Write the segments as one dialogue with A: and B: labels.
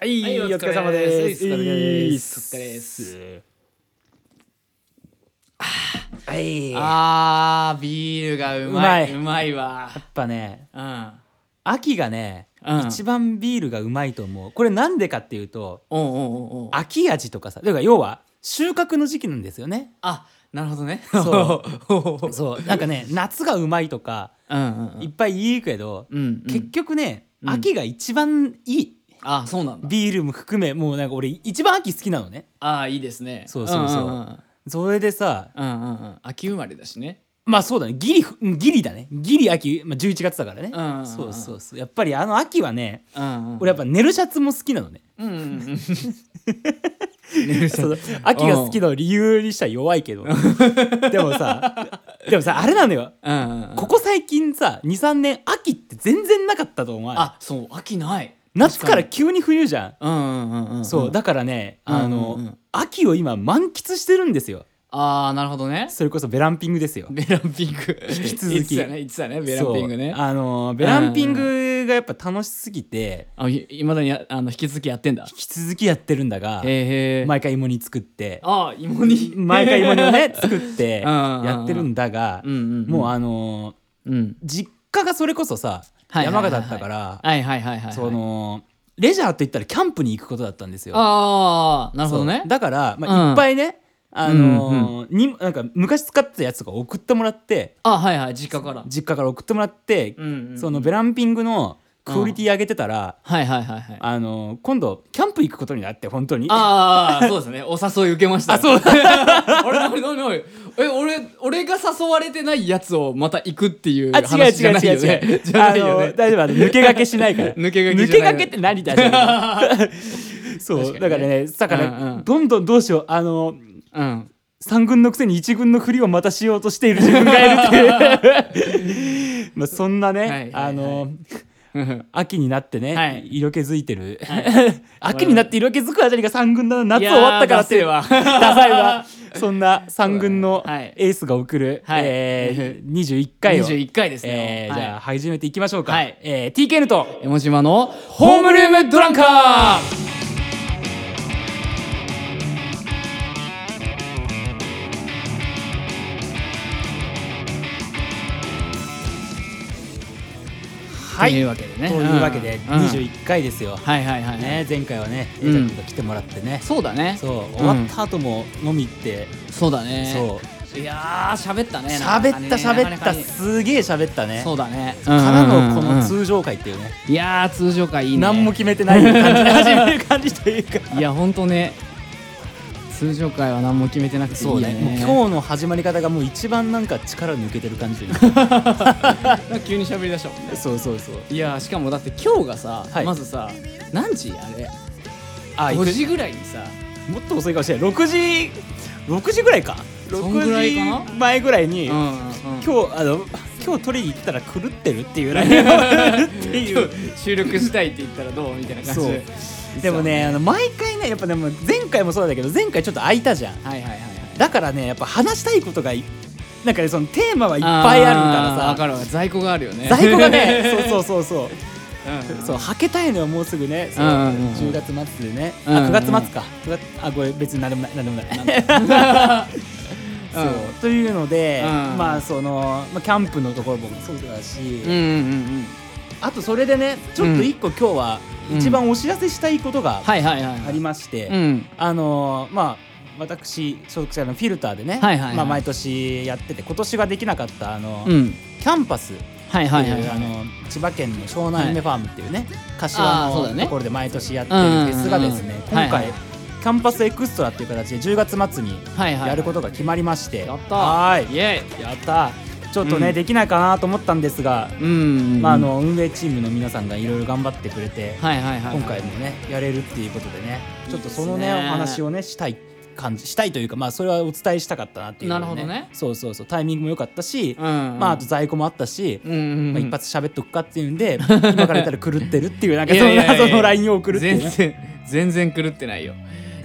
A: はい、
B: はい
A: お
B: お
A: 疲
B: 疲
A: れ
B: れ
A: 様
B: 様
A: で。
B: ですす
A: お
B: お
A: 疲
B: 疲
A: れ
B: れ
A: で
B: ですす。
A: はい。やっ
B: あービールがうまいううまいわ
A: ぱね、
B: うん
A: 秋がね、
B: うん
A: 一番ビールがうまいと思う。これなんでかっていうと、
B: おうおうおうおう
A: 秋味とかさ、だから要は収穫の時期なんですよね。
B: あなるほどね
A: そう そう、なんかね、夏がうまいとか、
B: うんうんう
A: いっ
B: ん
A: ぱい言うけど、
B: うんうん
A: 結局ね、
B: うん
A: 秋が一番いい。
B: あそうなんだ
A: ビールも含め、もうなんか俺一番秋好きなのね。
B: あーいいですね
A: そうそうそうん
B: んん
A: それでさ、
B: うんうんうん秋生まれだしね
A: まあそうだねギリうんギリだねギリ秋、まあ、11月だからね、
B: うんうんうん
A: そうそうそうやっぱりあの秋はね
B: うんうん
A: 俺やっぱ寝るシャツも好きなのね、
B: うんうんうん
A: その秋が好きの理由にしたら弱いけどでも さでもさあれなのよ
B: うんうんうん
A: ここ最近さ23年秋って全然なかったと思わない
B: あそう秋ない
A: 夏から急に冬じゃん、
B: うんうんうんうん
A: そうだからねあの、
B: うんうんうん
A: 秋を今満喫してるんですよ
B: あーなるほどね
A: それこそベランピングですよ
B: ベランピング引
A: き続き
B: 言ってたね言ってたねベランピングね
A: そうあのベランピングがやっぱ楽しすぎて
B: あいいまだにああの引き続きやってんだ
A: 引き続きやってるんだが、
B: へえ
A: 毎回芋煮作って
B: ああ芋に
A: 毎回芋煮をね作って
B: うんうんうん
A: やってるんだが
B: うんうんうん
A: もうあのー
B: うん
A: 実家がそれこそさ
B: はいはいは
A: 山
B: いはい
A: 形だったから
B: はいはいはいはいはい
A: そのレジャーといったらキャンプに行くことだったんですよ。
B: ああなるほどね
A: そうだからまあ
B: うん
A: いっぱいねあのーになんか昔使ってたやつとか送ってもらって
B: あはいはい実家から
A: 実家から送ってもらって
B: うんうんうん
A: そのベランピングのクオリティ上げてたら
B: はいはいはいはい
A: あのー今度キャンプ行くことになって本当に
B: ああそうですねお誘い受けましたあ そうあれ何何何え俺俺が誘われてないやつをまた行くっていう
A: あ、違う
B: 話じ
A: 違
B: ゃ
A: う
B: ないよ
A: 違う
B: ね
A: 違う。
B: じゃないよ
A: あの
B: ね
A: 大丈夫、あの抜け駆けしないから。
B: 抜け駆け
A: 抜
B: じ
A: け
B: ゃない
A: 駆けって何だよ。そう、
B: 確かにね
A: だからね、だから、
B: うんうん
A: どんどんどうしよう、あの。
B: うん
A: 三軍のくせに一軍のふりをまたしようとしている自分がいるって いう。まあ、そんなね、
B: はいはいはい
A: あの。秋になってね、
B: はい
A: 色気づいてる、 秋になって色気づくあたりが三軍だな夏終わったからって
B: いやーダセえわ
A: ダサいわそんな三軍の
B: そうだねはい
A: エースが送る、
B: はい
A: えー、21回を
B: 21回です
A: え
B: ね
A: ーじゃあ
B: は
A: 始めていきましょうか、
B: はい
A: えー、TKN と
B: い江ノ島のホームルームドランカー
A: は
B: というわけでね
A: というわけで
B: うん
A: 21回ですよ、
B: はいはいはい、
A: ね、前回はね瑛
B: うん
A: 太君が来てもらってね、
B: そうだね
A: そう終わった後も飲み行って、
B: そうだね
A: そう
B: いやー喋ったね
A: 喋った喋った
B: そ
A: すげえ喋ったね
B: そうだね
A: からのこ
B: うんう
A: の
B: んうん
A: 通常回っていうね
B: いやー通常回いいね
A: 何も決めてない感じで始める感じというか
B: いやほんとね通常回は何も決めてなくていい
A: そ
B: よ
A: う
B: ね
A: ねもう今日の始まり方がもう一番なんか力抜けてる感じというか
B: なんか急に喋りだしたもんね
A: そうそうそう
B: いやーしかもだって今日がさ、
A: はい
B: まずさ何時あれ
A: あ
B: 5時ぐらいにさ
A: もっと遅いかもしれない6時6時ぐらいか
B: そんぐらいかな
A: 6時前ぐらいに、
B: うんうんうん
A: 今日あの今日取りに行ったら狂ってるっていう LINE が来るって いう
B: 今日収録したいって言ったらどうみたいな感じで
A: でもねあの毎回ねやっぱでも前回もそうだけど前回ちょっと空いたじゃん
B: はいはいはいはい
A: だからねやっぱ話したいことがいなんかねそのテーマはいっぱいある
B: ーわ
A: か
B: かるわ在庫があるよね
A: らさ在庫が ねそうそうそうそう
B: うんうん
A: そうはけたいのはもうすぐねそう
B: うんうんうん
A: 10月末でねあ
B: うんうんう
A: 9
B: ん
A: 月末か9月あこれ別に何でもない何でもないそう、
B: う
A: というので、
B: うん
A: まあその、まあ、キャンプのところもそうだし、
B: んうんうんうん
A: あとそれでねちょっと一個今日は
B: うん
A: 一番お知らせしたいことが
B: はいはいはい
A: ありまして、
B: うん
A: あのーまあ私所属者のフィルターでね、
B: はいはいはい
A: まあ、毎年やってて今年ができなかったあの、
B: うん
A: キャンパスっていう、
B: はいはいはい
A: あの千葉県の湘南夢ファームっていうね、
B: あーそう
A: 柏
B: だ
A: の
B: ね
A: ところで毎年やってるんですがですね、
B: うんうんうん
A: 今回、
B: はいはい
A: キャンパスエクストラっていう形で10月末に
B: はいはい
A: やることが決まりまして、
B: やった
A: はーい
B: イエ
A: やったちょっとね、
B: うん
A: できないかなと思ったんですが、
B: イうん
A: まあ、あの運営チームの皆さんがいろいろ頑張ってくれて、
B: はいはいはい
A: 今回もねやれるっていうことでねちょっとそのね
B: いいですね
A: お話をねしたい感じしたいというかまあそれはお伝えしたかったなっていうので
B: なるほどね
A: そうそうそうタイミングも良かったし、
B: うん
A: まああと在庫もあったし、
B: うんうん
A: まあ、
B: うん
A: 一発喋っとくかっていうん で今から言ったら狂ってるっていうなんか
B: い
A: そ
B: や
A: ん
B: いやいや
A: な謎の LINE を送るっていうね
B: 全然全然狂ってないよ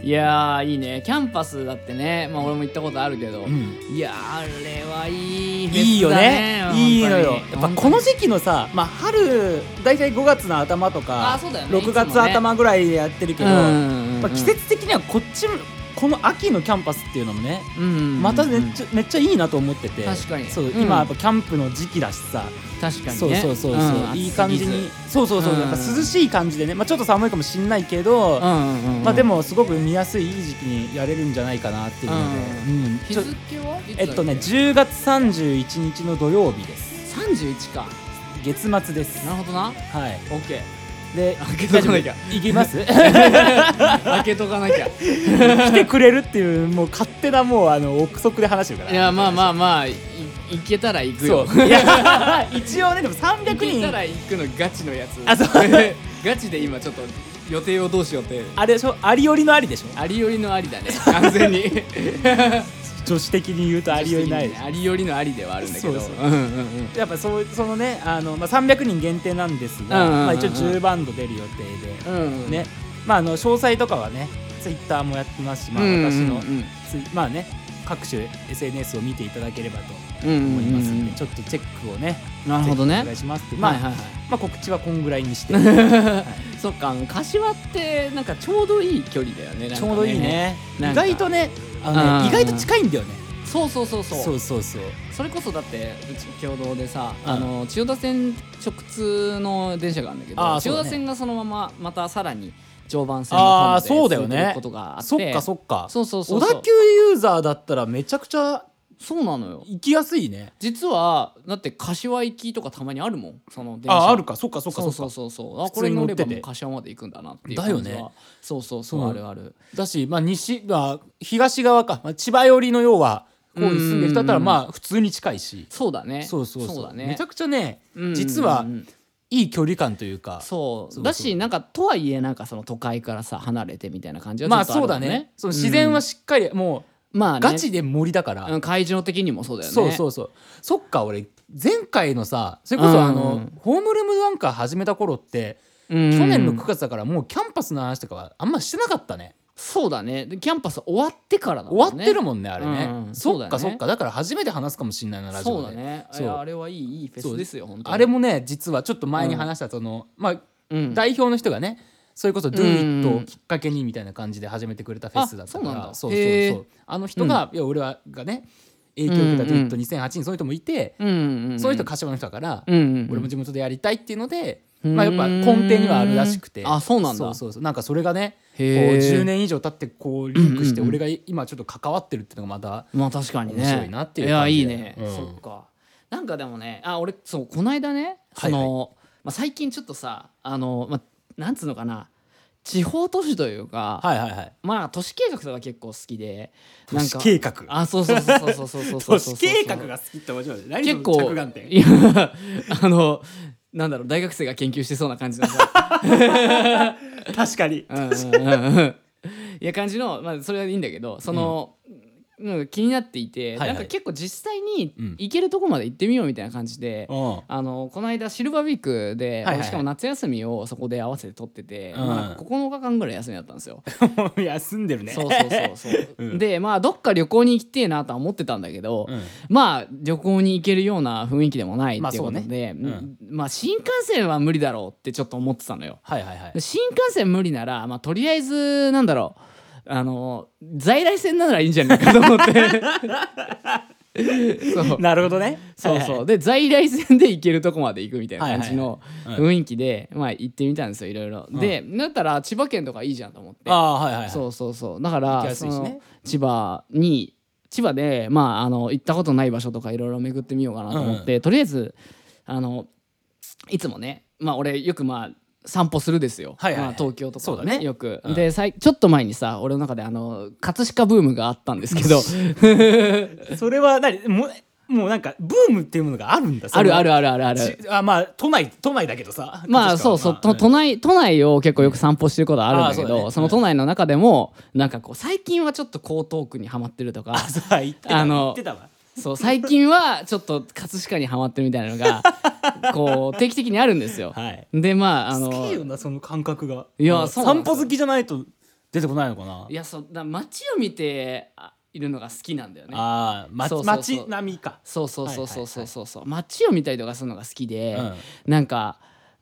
B: いやーいいねキャンパスだってねまあ俺も行ったことあるけど、
A: うん
B: いやーあれはいいフェスだ、ね、
A: いいよねいいのよやっぱこの
B: 時
A: 時期のさ、まあ、春大体5月の頭と
B: あ
A: か、
B: そうだよね
A: 6月頭ぐらいでやってるけど、
B: うん
A: まあ、季節的にはこっちもこの秋のキャンパスっていうのもねまためっちゃ,、めっちゃいいなと思ってて
B: 確かに
A: そう、
B: うん
A: 今やっぱキャンプの時期だしさ、
B: 確かにね
A: そうそうそうそう、
B: ん
A: いい感じ
B: 暑すぎ
A: に
B: ず
A: そうそうそう、
B: うん
A: やっぱ涼しい感じでね、まあ、ちょっと寒いかもしんないけど、
B: うんうんうんうん
A: まあ、でもすごく見やすいいい時期にやれるんじゃないかなっていうので、うん
B: 日
A: ちょ
B: 付は
A: えっとね10月31日の土曜日です
B: 三十一か
A: 月末です
B: なるほどな
A: はい
B: オッケ
A: で
B: 開けとかなきゃ
A: 行きます
B: ー開けとかなきゃい
A: 来てくれるっていうもう勝手なもうあの憶測で話してるから
B: やまあまあまあい行けたら行く
A: そ
B: よ
A: ういや 一応ねでも300
B: 行けた
A: 人
B: ら行くのガチのやつ
A: あそう
B: ガチで今ちょっと予定をどうしようって
A: あれでしょありよりのありでしょ
B: ありよりのありだ ね完全に
A: 女子的に言うとありよりのありでしょ
B: ありよりのありではあるんだけ
A: そ
B: ど
A: うそう
B: うんうんうん
A: やっぱそうそのねあの、まあ、300人限定なんですが、
B: うんうんうんうん
A: まあ、一応10バンド出る予定で、
B: うんうん
A: ねまあ、あの詳細とかはねツイッターもやってますし、まあ、
B: うんうんうん
A: 私のツイまあね各種 SNS を見ていただければと
B: うんうん
A: 思いますんで、
B: うんうん
A: ちょっとチェックをね
B: なるほど
A: ぜひ
B: ね
A: お願いしますって、ま
B: ま
A: あ
B: あはいはいはい
A: まあ、告知はこんぐらいにしてち
B: そっかあの柏ってなんかちょうどいい距離だよねなんかね
A: ょうどいいね
B: なん
A: 意
B: か
A: 外とねあのね
B: うん
A: 意外と近いんだよね
B: そうそうそうそう
A: そうそうそう
B: それこそだってうち共同でさ、
A: うん
B: あの千代田線直通の電車があるんだけど、
A: あー
B: 千
A: そうだ
B: 代田
A: ね
B: 線がそのまままたさらに常磐線の
A: ああ
B: 方まで
A: そうだよ
B: 続いて
A: ね
B: ることがあって
A: そっかそっか
B: そうそうそう
A: 小
B: そう
A: 田急ユーザーだったらめちゃくちゃ
B: そうなのよ
A: 行きやすいね
B: 実はだって柏行きとかたまにあるもんその電車
A: ああるかそっかそっか
B: そ
A: そうっか
B: そうそうそうあ
A: 普
B: こ
A: 通
B: れ
A: に乗
B: 乗
A: っ
B: れ
A: てて
B: ばもう柏まで行くんだなっていう感じは
A: だよね
B: そうそうそう、
A: うん
B: あるある
A: だし、まあ、西あ東側か、まあ、千葉寄りの要はこうに住んでる人だったら
B: うん
A: まあ普通に近いし
B: そうだね
A: そうそうそう
B: だね
A: めちゃくちゃね
B: うんうんうん
A: 実はいい距離感というか
B: そう
A: そう
B: だしなんかとはいえなんかその都会からさ離れてみたいな感じは
A: まあ
B: ちょっ
A: そう
B: と
A: だ
B: る
A: ね
B: もん
A: その自然はしっかり、も
B: うんまあ
A: う
B: ね
A: ガチで森だから、
B: うん会場的にもそうだよね
A: そうそうそうそっか俺前回のさそれこそあの、
B: うんうん
A: ホームルームワンカー始めた頃って、
B: うん
A: 去年の9月だからもうキャンパスの話とかはあんましてなかったね
B: そうだねでキャンパス終わってからだもんね
A: 終わってるもんねあれね、
B: うんうん
A: そ
B: そう
A: っ
B: だ
A: か
B: ね
A: そっかだから初めて話すかもしれないなラジオ
B: そ
A: で
B: うだね
A: そう
B: いやあれはいいいいフェスですよ本当に
A: あれもね実はちょっと前に話したその、まあ、
B: うん
A: 代表の人がねそれこそ「
B: ん
A: Do It」をきっかけにみたいな感じで始めてくれたフェスだったから、
B: あそうなんだ
A: そうそう
B: へ
A: そう
B: ー
A: あの人が、いや俺はがね影響を受けた「
B: うんうん
A: Do It2008」にそういう人もいて、
B: うんうんうん
A: そういう人柏の人だから、
B: うんうんうん
A: 俺も地元でやりたいっていうので、
B: うん
A: まあ、やっぱ根底にはあるらしくて
B: あそうなんだ
A: そうそうそうなんかそれがねこう
B: へー
A: 10年以上経ってこうリンクして
B: うんうん
A: 俺が今ちょっと関わってるっていうのがまた
B: まあ確かにね
A: 面白いなっていう
B: や
A: 感じ
B: い
A: で
B: いね、
A: うん
B: そっかなんかでもねあ俺そうこの間ね
A: はい
B: そ
A: はい
B: の、まあ、最近ちょっとさあの、まあ、なんつうのかな地方都市というか、
A: はいはいはい
B: まあ都市計画とか結構好きで
A: 都市
B: なんか
A: 計画
B: あそうそうそうそうそうそ うそ
A: 都
B: うそう
A: 市計画が好きって面白い何その
B: 結構
A: 着眼点
B: いや あのなんだろう大学生が研究してそうな感じのさ
A: 確かに
B: うんうんうんうんいや感じの、まあ、それはいいんだけどその、うん気になっていて、
A: はいはい
B: なんか結構実際に
A: うん
B: 行けるとこまで行ってみようみたいな感じで、
A: うん
B: あのこの間シルバーウィークで、
A: はいはいはい
B: しかも夏休みをそこで合わせて取ってて、
A: うん
B: まあ、9日間ぐらい休みだったんですよ。
A: もう休んでるね
B: そうそうそうそう、
A: うん
B: でまあどっか旅行に行きてえなとは思ってたんだけど、
A: うん
B: まあ旅行に行けるような雰囲気でもないっていうこと
A: まあそう
B: で、
A: うん
B: まあ新幹線は無理だろうってちょっと思ってたのよ。
A: はいはいはい
B: で新幹線無理なら、まあ、とりあえずなんだろうあの在来線ならいいんじゃないかと思って そ う
A: なるほどね
B: そうそうで在来線で行けるとこまで行くみたいな感じの
A: はいはいは
B: 雰囲気で、まあ、行ってみたんですよいろいろ、でだったら千葉県とかいいじゃんと思って
A: ああはいはいはい
B: そうそうそうだか
A: 行き
B: ら
A: やすいしね
B: その千葉に千葉で、まあ、あの行ったことない場所とかいろいろ巡ってみようかなと思って、とりあえずあのいつもね、まあ、俺よくまあ散歩するですよ、
A: はいはいはい
B: まあ、東京とか、
A: そうだね
B: よく、
A: うん
B: でさいちょっと前にさ俺の中であの葛飾ブームがあったんですけ ど
A: それは何もうもうなんかブームっていうものがあるんだ
B: あるあ
A: る
B: るあるあるある
A: あまあ都内都内だけどさ
B: まあそうそう、と都
A: 内
B: 内都内を結構よく散歩してることあるんだけ
A: あー
B: ど
A: そうだ
B: そ,、
A: ね
B: の都内の中でもなんかこう最近はちょっと江東区にはまってるとか
A: あそう言ってた
B: あの
A: 言ってたわ
B: そう最近はちょっと葛飾にはまってるみたいなのが こう定期的にあるんですよ。
A: はい
B: でまああ
A: 好きよ
B: の
A: なその感覚が
B: いや
A: うん
B: そうなん
A: 散
B: ですよ
A: 歩好きじゃないと出てこないのかない
B: やそうだ街を見てあいるのが好きなんだよね
A: ああ、ま、
B: そうそうそう
A: 街並みか、
B: そうそうそう
A: はいはい
B: そ
A: は
B: う
A: い
B: そうそうそう、街を見たりとかするのが好きで、
A: うん
B: なんか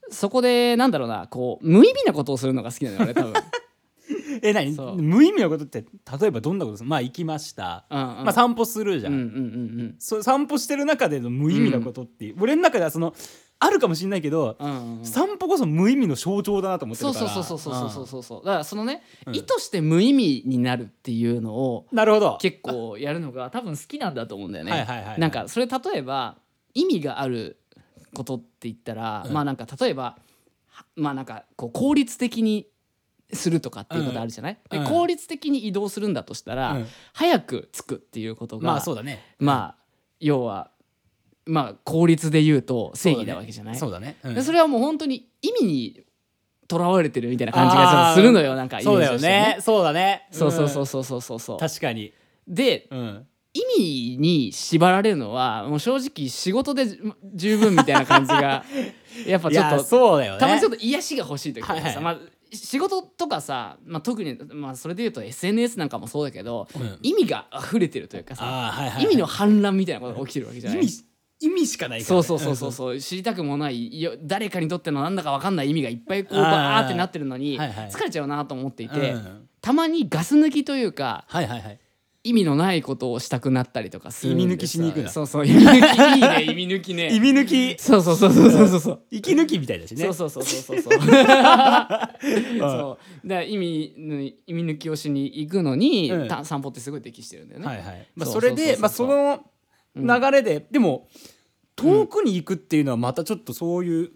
B: そこでなんだろうなこう無意味なことをするのが好きなのよ俺多 分、
A: え何
B: そう
A: 無意味なことって例えばどんなことですまあ行きました、
B: うんうん、
A: まあ散歩するじゃ
B: うん
A: ん、
B: うんうん
A: そ散歩してる中での無意味なことって、俺の中ではそのあるかもしれないけど、
B: うんうんうん
A: 散歩こそ無意味の象徴だなと思って
B: そ
A: る
B: う
A: か
B: そう
A: ら
B: そうそうそうそうそう
A: う
B: そうだからそのね、
A: うん
B: 意図して無意味になるっていうのを
A: んなるほど
B: 結構やるのが多分好きなんだと思うんだよね、
A: はいはいはいはい
B: なんかそれ例えば意味があることって言ったら、
A: うん
B: まあなんか例えばはまあなんかこう効率的にするとかっていうことあるじゃない、
A: うん
B: で
A: うん
B: 効率的に移動するんだとしたら、
A: うん
B: 早く着くっていうことが、
A: まあそうだね
B: まあ要はまあ効率で言うと正義なわけじゃない
A: そうだねそうだね、うん
B: でそれはもう本当に意味にとらわれてるみたいな感じがちょっとするのよなんかイメ
A: そ
B: ー
A: う
B: ジ
A: だ
B: と
A: よ
B: して
A: ねそうだね
B: そうそうそ
A: ん
B: うそうそうそうそう
A: 確かに
B: で
A: うん
B: 意味に縛られるのはもう正直仕事でじ十分みたいな感じ がやっぱ
A: い
B: ちょ
A: や
B: っと、
A: そうだよね
B: たまにちょっと癒しが欲しい時とかさ、
A: はいはい
B: まあ、仕事とかさ、まあ、特に、まあ、それで言うと SNS なんかもそうだけど、
A: うん
B: 意味が溢れてるというかさ
A: あーはいはいはい
B: 意味の氾濫みたいなことが起きてるわけじゃない
A: 意味意味しかないから
B: そ
A: ね
B: うそうそうそうそう知りたくもないよ誰かにとってのなんだかわかんない意味がいっぱいこう
A: あー
B: バーってなってるのに
A: はいはい
B: 疲れちゃうなと思ってい
A: うん
B: て
A: うん
B: たまにガス抜きというか
A: はいはいはい
B: 意味のないことをしたくなったりとかするんです
A: 意味抜きしに行くな
B: そうそう意味抜きいいね意味抜 き
A: 意
B: ね
A: 味抜き
B: そうそうそうそうそうそうそう
A: 息抜きみたいだしね
B: そうそうそうそうそう そうだから意味ぬ意味抜きをしに行くのに、
A: うん
B: た散歩ってすごい適してるんだよね、
A: はいはいまあ、
B: そ
A: そう
B: そ
A: れ
B: うそうそう
A: でまあその流れで、でも遠くに行くっていうのはまたちょっとそういう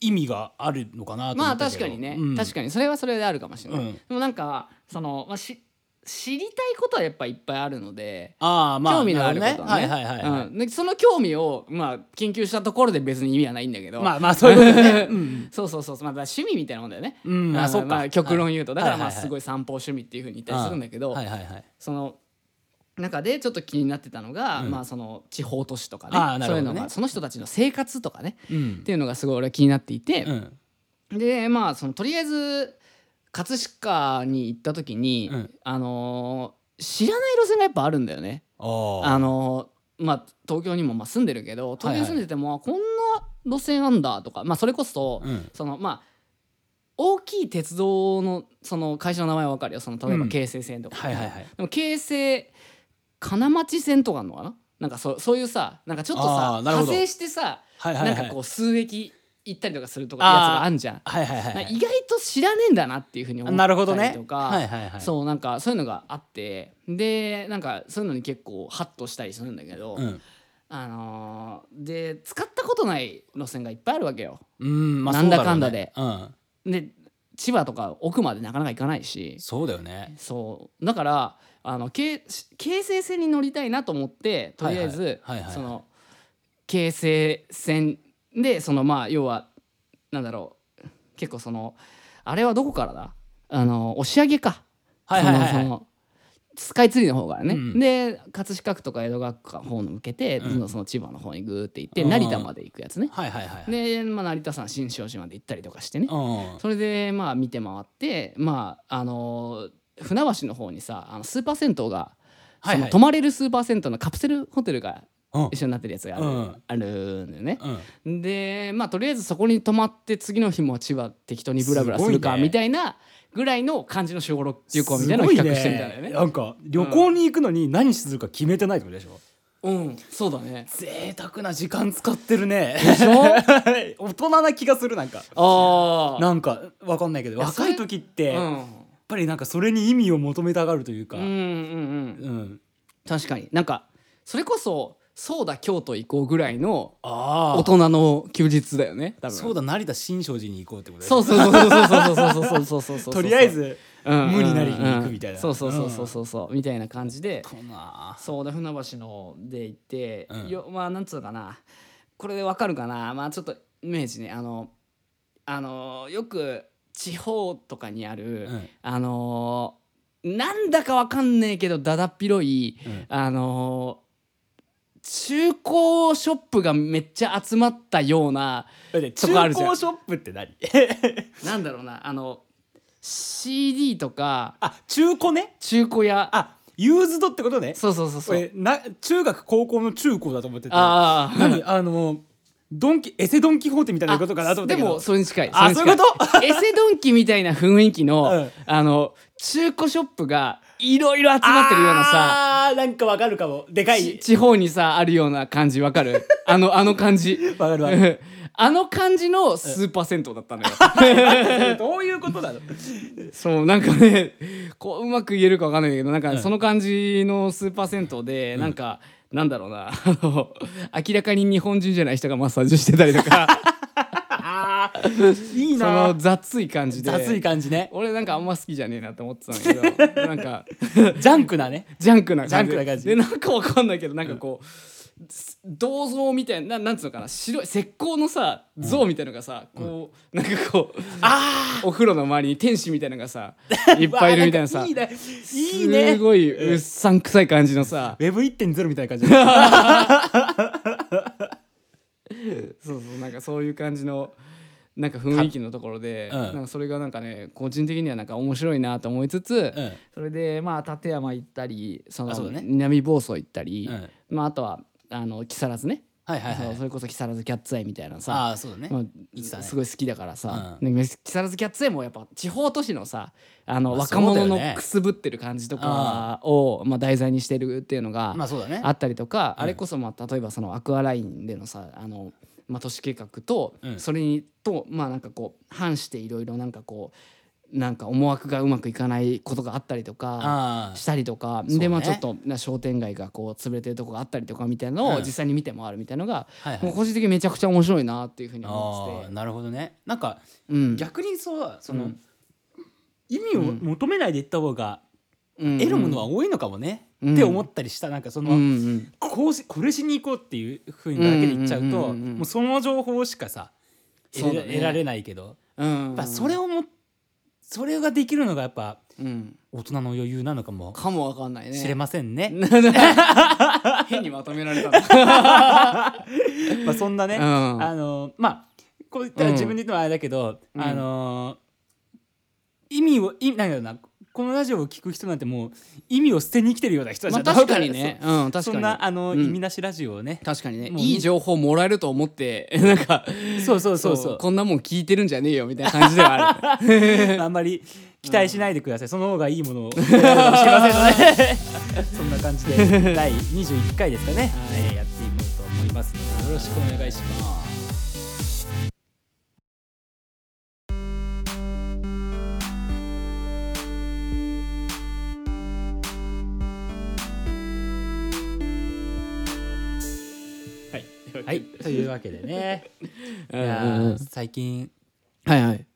A: 意味があるのかなと
B: ま
A: 思
B: あ
A: ったけ
B: 確
A: ど
B: かにね、
A: うん
B: 確かにそれはそれであるかもしれない、
A: うん
B: でもなんかその、まあ、し知りたいことはやっぱいっぱいあるので、
A: ああまあ
B: 興味のあることはね
A: なるほどはいはいはい、はい
B: うんでその興味を、まあ、研究したところで別に意味はないんだけど、
A: まあまあ そういうことね、うん
B: そうそうそうそう、まあ、だから趣味みたいなもんだよね、
A: うん
B: ま
A: あそっか
B: まあ、極論言うと、
A: はい
B: だからまあ
A: はいはいはい
B: すごい散歩趣味っていうふうに言ったりするんだけど、
A: はいはいはい
B: その中でちょっと気になってたのが、
A: うん
B: まあ、その地方都市とか
A: あー
B: ね
A: なる
B: そう
A: ほ
B: いう
A: どね
B: のがその人たちの生活とかね
A: う
B: っ
A: ん
B: ていうのがすごい俺は気になっていて。
A: うん
B: でまあそのとりあえず葛飾に行った時に、
A: うん
B: あのー知らない路線がやっぱあるんだよね。
A: ああ
B: あのーまあ東京にもまあ住んでるけど東京に住んでても、あこんな路線あんだとか、まあ、それこそ、
A: うん
B: そのまあ大きい鉄道のその会社の名前は分かるよその例えば
A: うん
B: 京成線とか、
A: はいはいはい
B: でも京成金町線とかあるのかななんかそそういうさなんかちょっと
A: あー
B: さ
A: なるほ
B: 派
A: ど
B: 生してさ、
A: はいはいはい
B: なんかこう数駅行ったりとかするとかやつがあんじゃん。
A: はいはいはいは
B: ない意外と知らねえんだなっていうふうに思
A: なるほ
B: っ
A: ど
B: た
A: ね
B: りとか、
A: はいはいはい
B: そうなんかそういうのがあってでなんかそういうのに結構ハッとしたりするんだけど、
A: うん、
B: あのーで使ったことない路線がいっぱいあるわけよ。
A: うんまあ、
B: なんだかんだで
A: そうだろうねうん
B: で千葉とか奥までなかなか行かないし
A: そうだよね
B: そうだからあの京京成線に乗りたいなと思ってとりあえず
A: はいはいはいはいはい
B: その京成線でそのまあ要はなんだろう結構そのあれはどこからだあの押上か。
A: はいはいはいはい
B: そのそのスカイツリーの方からね、
A: うん
B: で葛飾区とか江戸川区の方の向けて、
A: うん
B: どんどんその千葉の方にグーって行って、
A: うん
B: 成田まで行くやつね、
A: はいはいはい
B: で、まあ、成田山新勝寺まで行ったりとかしてね、
A: うん
B: それでまあ見て回ってまああのー船橋の方にさあのスーパー銭湯が、
A: はいはい
B: その泊まれるスーパー銭湯のカプセルホテルが
A: うん
B: 一緒になってるやつがある,、
A: うん
B: あるんだよね。
A: うん
B: でまあとりあえずそこに泊まって次の日も千葉適当にブラブラする
A: すご
B: か
A: いね
B: みたいなぐらいの感じの小旅行みたいなのを
A: すご
B: 企画してみたんだよね。
A: なんか旅行に行くのに何するか決めてないってことでしょ、
B: うんそうだね。
A: 贅沢な時間使ってるね
B: でしょ
A: 大人な気がするなんか
B: ああ。
A: なんかわかんないけど
B: いやそれ
A: 若い時って、
B: う
A: やっ
B: ん
A: ぱりなんかそれに意味を求めたがるというか、
B: うんうんうん
A: うん
B: 確かになんかそれこそそうだ京都行こうぐらいの
A: あ
B: 大
A: あ
B: 人の休日だよね多分
A: そうだ成田新勝寺に行こうってことだよ
B: そうそうそうそうそうそうそうそうそうそうそう
A: とりあえず
B: うん
A: 無理なりに行くみたいな
B: うんそうそうそうそうそうそうみたいな感じで
A: とな
B: そうだ船橋ので行って、
A: うん
B: よまあなんつうのかなこれでわかるかなまあちょっとイメージねあのあのよく地方とかにある、
A: うん
B: あのなんだかわかんねえけどだだっ広い、
A: うん
B: あの中古ショップがめっちゃ集まったような
A: だって
B: そ
A: 中
B: こあるじゃん
A: 古ショップって何
B: なんだろうなあの CD とか
A: あ中古ね
B: 中古屋
A: あユーズドってことね
B: そうそうそうそう
A: 俺な中学高校の中高だと思ってた
B: あー
A: 何 あのドンキエセドン・キホーテみたいなことかなと思っ
B: で
A: たけど
B: もそれに近い
A: あ
B: れに近
A: そういう
B: エセドンキみたいな雰囲気の、
A: うん
B: あの中古ショップがいろいろ集まってるようなさ
A: あーなんかわかるかもでか
B: ち
A: い
B: 地方にさあるような感じわかるあのあの感じ
A: わかるわかる
B: うん あの感じのスーパー銭湯だったのよ
A: どういうことなの
B: そうなんかね こううまく言えるかわかんないけどなんか
A: ん
B: その感じのスーパー銭湯で、なんかなんだろうなあ の明らかに日本人じゃない人がマッサージしてたりとか
A: あいい
B: その
A: な
B: 雑い感じで
A: 雑い感じね
B: 俺なんかあんま好きじゃねえなって思ってたんだけど なんか
A: ジャンクなね
B: ジャンクな感じ
A: ジャンクな感じ
B: でなんかわかんないけどなんかこう、す銅像みたいなななんつうのかな白い石膏のさ像みたいのがさ、こうなんかこう
A: あ
B: お風呂の周りに天使みたいなの がさいっぱいいるみたいなさ
A: わあんかいいねいいね
B: すごいうっさんくさい感じのさ、
A: Web1.0 みたいな感じ だ
B: そうそうなんかそういう感じのなんか雰囲気のところで、
A: うん
B: なんかそれがなんかね個人的にはなんか面白いなと思いつつ、
A: うん
B: それでまあ立山行ったりその
A: あそうだね
B: 南房総行ったり、
A: う
B: まあ、あとはあの木更津ね、
A: はいはい
B: そ
A: は
B: う
A: い
B: それこそ木更津キャッツアイみたいなさ
A: ああそうだね
B: まあ
A: 言ってたね
B: すごい好きだからさ、
A: う
B: ね木更津キャッツアイもやっぱ地方都市のさあの
A: まあ
B: 若者
A: そ
B: の
A: うだよね
B: くすぶってる感じとかをまあ、題材にしてるっていうのが
A: まあそうだね
B: あったりとか、あれこそまあ例えばそのアクアラインでのさあの、まあ、都市計画と、
A: うん
B: それにとまあなんかこう反していろいろなんかこうなんか思惑がうまくいかないことがあったりとか。
A: あ
B: したりとか、
A: そう
B: で
A: ね
B: まあちょっとな商店街がこう潰れてるとこがあったりとかみたいなのを
A: うん
B: 実際に見てもあるみたいなのが、
A: はいはい
B: もう個人的にめちゃくちゃ面白いなっていうふうに思
A: あ
B: って
A: あ
B: て、
A: なるほどねなんか
B: うん、
A: 逆にそうその、
B: うん
A: 意味を
B: うん
A: 求めないでいった方が
B: 得
A: 得るものは多いのかもね、
B: うん
A: って思ったりしたなんかその、
B: うんうん
A: こうしこれしに行こうっていうふうにだけで言っちゃうと、
B: うんうんうんうん
A: もうその情報しかさ
B: そう
A: 得,、
B: だね
A: 得られないけど
B: うん
A: やっぱそれをもそれができるのがやっぱ
B: うん、
A: 大人の余裕なのかも
B: かもわかん ないね
A: しれませんね。
B: 変にまとめられたな
A: まあそんなね、
B: うん
A: あのまあこういったら自分で言うのはあれだけど、
B: うん
A: あの意味を意味なんだろうなこのラジオを聞く人なんてもう意味を捨てに来てるような人たち
B: ま
A: だ
B: あ
A: と思
B: 確
A: う
B: からにねうん確か
A: そ
B: に
A: そんなあの、
B: うん
A: 意味なしラジオをね
B: 確かにね
A: もう
B: いい情報もらえると思って なんか
A: そうそうそうそう
B: こんなもん聞いてるんじゃねえよみたいな感じでは ある
A: あんまり期待しないでください、その方がいいも のを知りませんので そんな感じで第21回ですかね、えーやっていこうと思いますのでよろしくお願いします
B: はい
A: はいというわけでね
B: う
A: い
B: ん
A: や
B: うんうん
A: ー最近
B: はいはい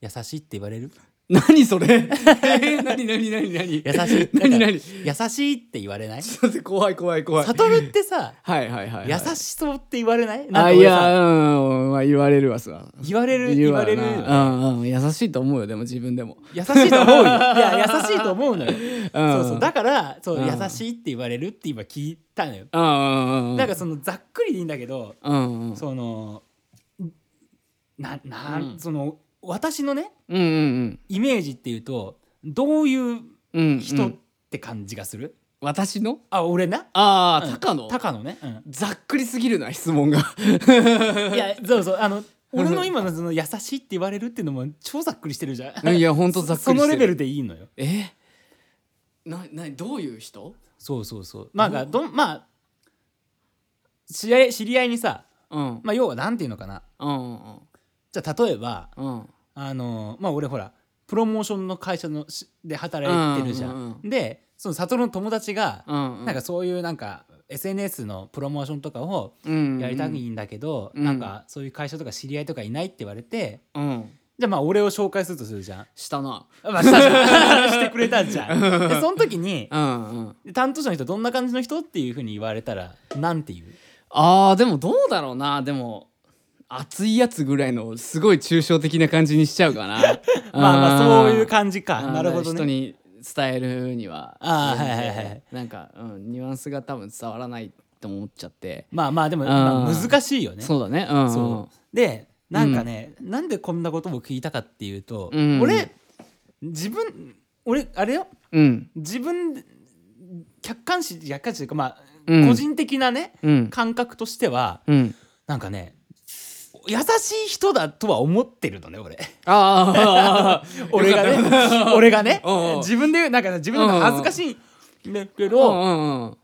A: 優しいって言われる
B: 何それ えー何何何何
A: 優しい
B: 何
A: なん
B: 何
A: か優しいって言われない
B: ちょっと怖い怖い怖い
A: 悟ってさ
B: はいはいはい、はい、
A: 優しそうって言われないなん
B: あ
A: か
B: い
A: 俺さ
B: やうん、うんまあ、言われるわさ
A: 言われる言われる
B: うなうんうん優しいと思うよでも自分でも
A: 優しいと 思うよいや優しいと思うのよそうそうだからそう
B: うん
A: 優しいって言われるって今聞いたのよ
B: うんうんうんうん
A: なんかそのざっくりでいいんだけど
B: うんうん
A: そのなな
B: うん
A: んその私のね
B: うんうん
A: イメージっていうとどういう
B: うんうんう
A: 人っ
B: ん
A: て感じがする
B: 私の
A: あ俺な
B: ああ、
A: うん
B: 高野
A: 高野ねうん
B: ざっくりすぎるな質 問が
A: い やそうそうあの俺の今のその優しいって言われるっていうのも超ざっくりしてるじゃん
B: いやほんと ざっくりして
A: そ
B: る
A: のレベルでいいのよ
B: えななどういう人
A: そうそうそうまあなんかどんまあ知り合い知り合いにさ
B: うん
A: まあ要はなんていうのかな
B: うんうん
A: じゃあ例えば
B: うん
A: あのまあ俺ほらプロモーションの会社のしで働いてるじゃん。
B: うんうん
A: でその悟の友達が、
B: うん
A: なんかそういうなんか SNS のプロモーションとかを
B: うん
A: やりたいんだけど、
B: うん
A: なんかそういう会社とか知り合いとかいないって言われて
B: うん
A: じゃあまあ俺を紹介するとするじゃん。
B: したな
A: まあ、したじゃんしてくれたじゃん。でその時に
B: うんうん
A: 担当者の人どんな感じの人っていうふうに言われたらなんて言う
B: あーでもどうだろうなでも熱いやつぐらいのすごい抽象的な感じにしちゃうかな
A: まあまあそういう
B: じ
A: 感じか。なるほどね。
B: 人に伝えるには
A: あーはいはいはい
B: うん なんか、うん、ニュアンスが多分伝わらないと思っちゃって、
A: まあまあでも、
B: あー
A: まあ難しいよね。
B: そうだねうん
A: そうでなんかね、なんでこんなことを聞いたかっていうと、
B: うん
A: 俺自分俺あれよ
B: うん
A: 自分客観視客観視というかまあ、
B: うん
A: 個人的なね
B: うん
A: 感覚としては
B: うん
A: なんかね優しい人だとは思ってるのね俺
B: あー
A: 俺が
B: よかっ
A: ね俺がね
B: うんうん
A: 自分で言うなんかさ自分の恥ずかしいんだけ
B: たう
A: ど、
B: んうんうん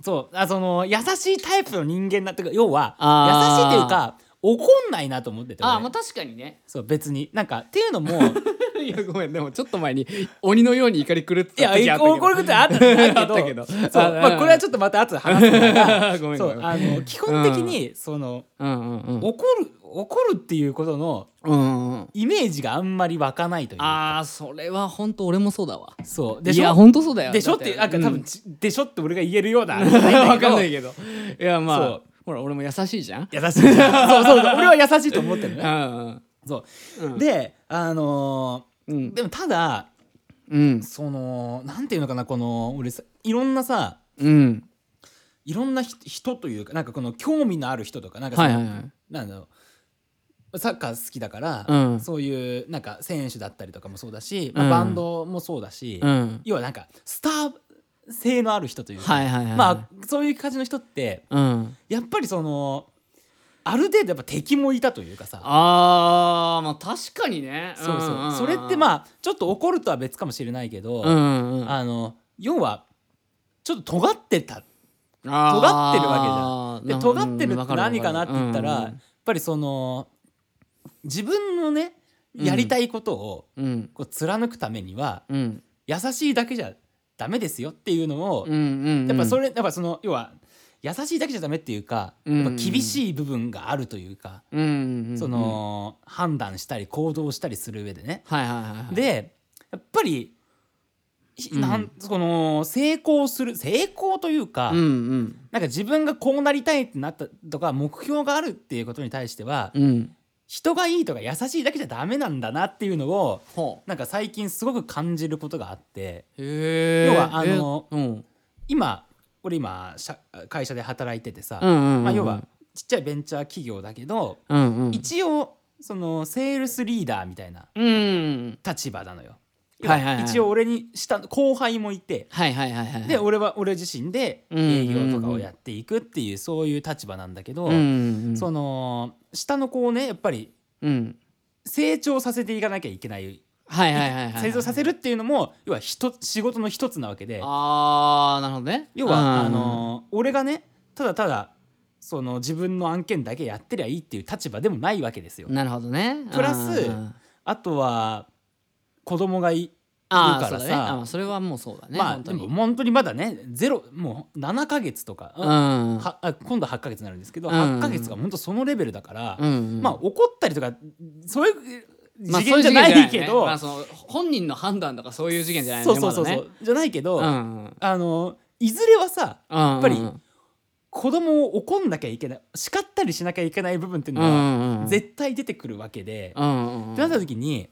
A: そうあその優しいタイプの人間なってか要は
B: あー
A: 優しいというか怒んないなと思ってて、
B: あー
A: 俺
B: まあ確かにね
A: そう別になんかっていうのも
B: いやごめんでもちょっと前に鬼のように怒り狂って
A: いや
B: た
A: い
B: 時
A: や
B: あったけど
A: こういうことはあったあったけど
B: あっ
A: そ
B: たけど
A: う
B: あ
A: まあこれはちょっとまた後で話すんだが
B: ごめん
A: そ
B: ごめ
A: うんあの基本的にその
B: うんうんうん
A: 怒る怒るっていうことの
B: うんうんうん
A: イメージがあんまり湧かないというか
B: あーそれは本当俺もそうだわ
A: そうで
B: い
A: し
B: や
A: ょ
B: 本当そうだよ
A: でしょってなんか多分、
B: う
A: ちでしょって俺が言えるような
B: わかんない
A: い
B: けどいやま
A: そ
B: あ
A: う
B: ほら俺も優しいじゃん
A: 優しいそう そうそう俺は優しいと思ってるの
B: う
A: ね
B: ん
A: そう、
B: うん
A: であの
B: う
A: ー
B: ん
A: でもただ
B: うん
A: そのなんていうのかなこの俺さいろんなさ
B: うん
A: いろんなひ人というかなんかこの興味のある人とかなんかそ
B: は
A: の
B: いはいはい
A: なんだろうサッカー好きだから、
B: うん
A: そういうなんか選手だったりとかもそうだし、まあ
B: うん
A: バンドもそうだし、
B: うん
A: 要はなんかスター性のある人というか、
B: はいはいはい
A: まあそういう感じの人って
B: うん
A: やっぱりそのある程度やっぱ敵もいたというかさ
B: あーまあ確かにね
A: そうそうそれってま
B: あ
A: あちょっと怒るとは別かもしれないけど、
B: うんうんうん
A: あの要はちょっと尖ってた尖
B: 尖
A: ってるわけじゃん。で尖ってるって何かなって言ったら、やっぱりその自分のねやりたいことを
B: うん
A: こう貫くためには
B: うん
A: 優しいだけじゃダメですよっていうのを、
B: うんうん
A: やっぱそ
B: れ
A: れやっぱその要は優しいだけじゃダメっていうか、
B: うん
A: やっぱ厳しい部分があるというか、
B: うんうんうん
A: その判断したり行動したりする上でね。
B: はいはいはいはい
A: でやっぱり、ひ
B: うん
A: なんその成功する成功というか、
B: うんうん
A: なんか自分がこうなりたいってなったとか目標があるっていうことに対しては、
B: うん
A: 人がいいとか優しいだけじゃダメなんだなっていうのを
B: ほ
A: なんか最近すごく感じることがあって
B: うへえ
A: 要はあの
B: うん
A: 今俺今社会社で働いててさ、
B: うんうんうん
A: まあ、要はちっちゃいベンチャー企業だけど、
B: うんうん
A: 一応そのセールスリーダーみたいな
B: うん
A: 立場なのよ。
B: はいはいはい
A: 一応俺に下後輩もいて
B: はいはいはいはい
A: で俺は俺自身で
B: うんうんうん
A: 営業とかをやっていくっていうそういう立場なんだけど。
B: うんうん
A: その下の子をねやっぱり
B: うん
A: 成長させていかなきゃいけない
B: はいはいはいはい
A: 成長させるっていうのも要は人仕事の一つなわけで
B: あーなるほどね
A: 要はあの俺がねただただその自分の案件だけやってりゃいいっていう立場でもないわけですよ
B: うん。なるほどね
A: プラス
B: うん
A: あとは子供がいる
B: あー
A: から
B: そうだねあ
A: さ
B: ーそれはもうそうだね
A: まあ
B: 本当
A: で
B: に
A: も本当にまだねゼロもう7ヶ月とか、
B: うん
A: はあ今度8ヶ月になるんですけど、
B: うん
A: 8ヶ月が本当そのレベルだから、
B: うんうん
A: まあ怒ったりとかそういう
B: まあ
A: 次元じゃないけど、
B: まあ、その本人の判断とかそういう事件じゃない
A: そう
B: よね
A: そうそうそう、
B: まだね
A: じゃないけど、
B: うんうん
A: あのいずれはさ
B: や
A: っぱり子供を怒んなきゃいけない叱ったりしなきゃいけない部分っていうのは、絶対出てくるわけで、ってなった時に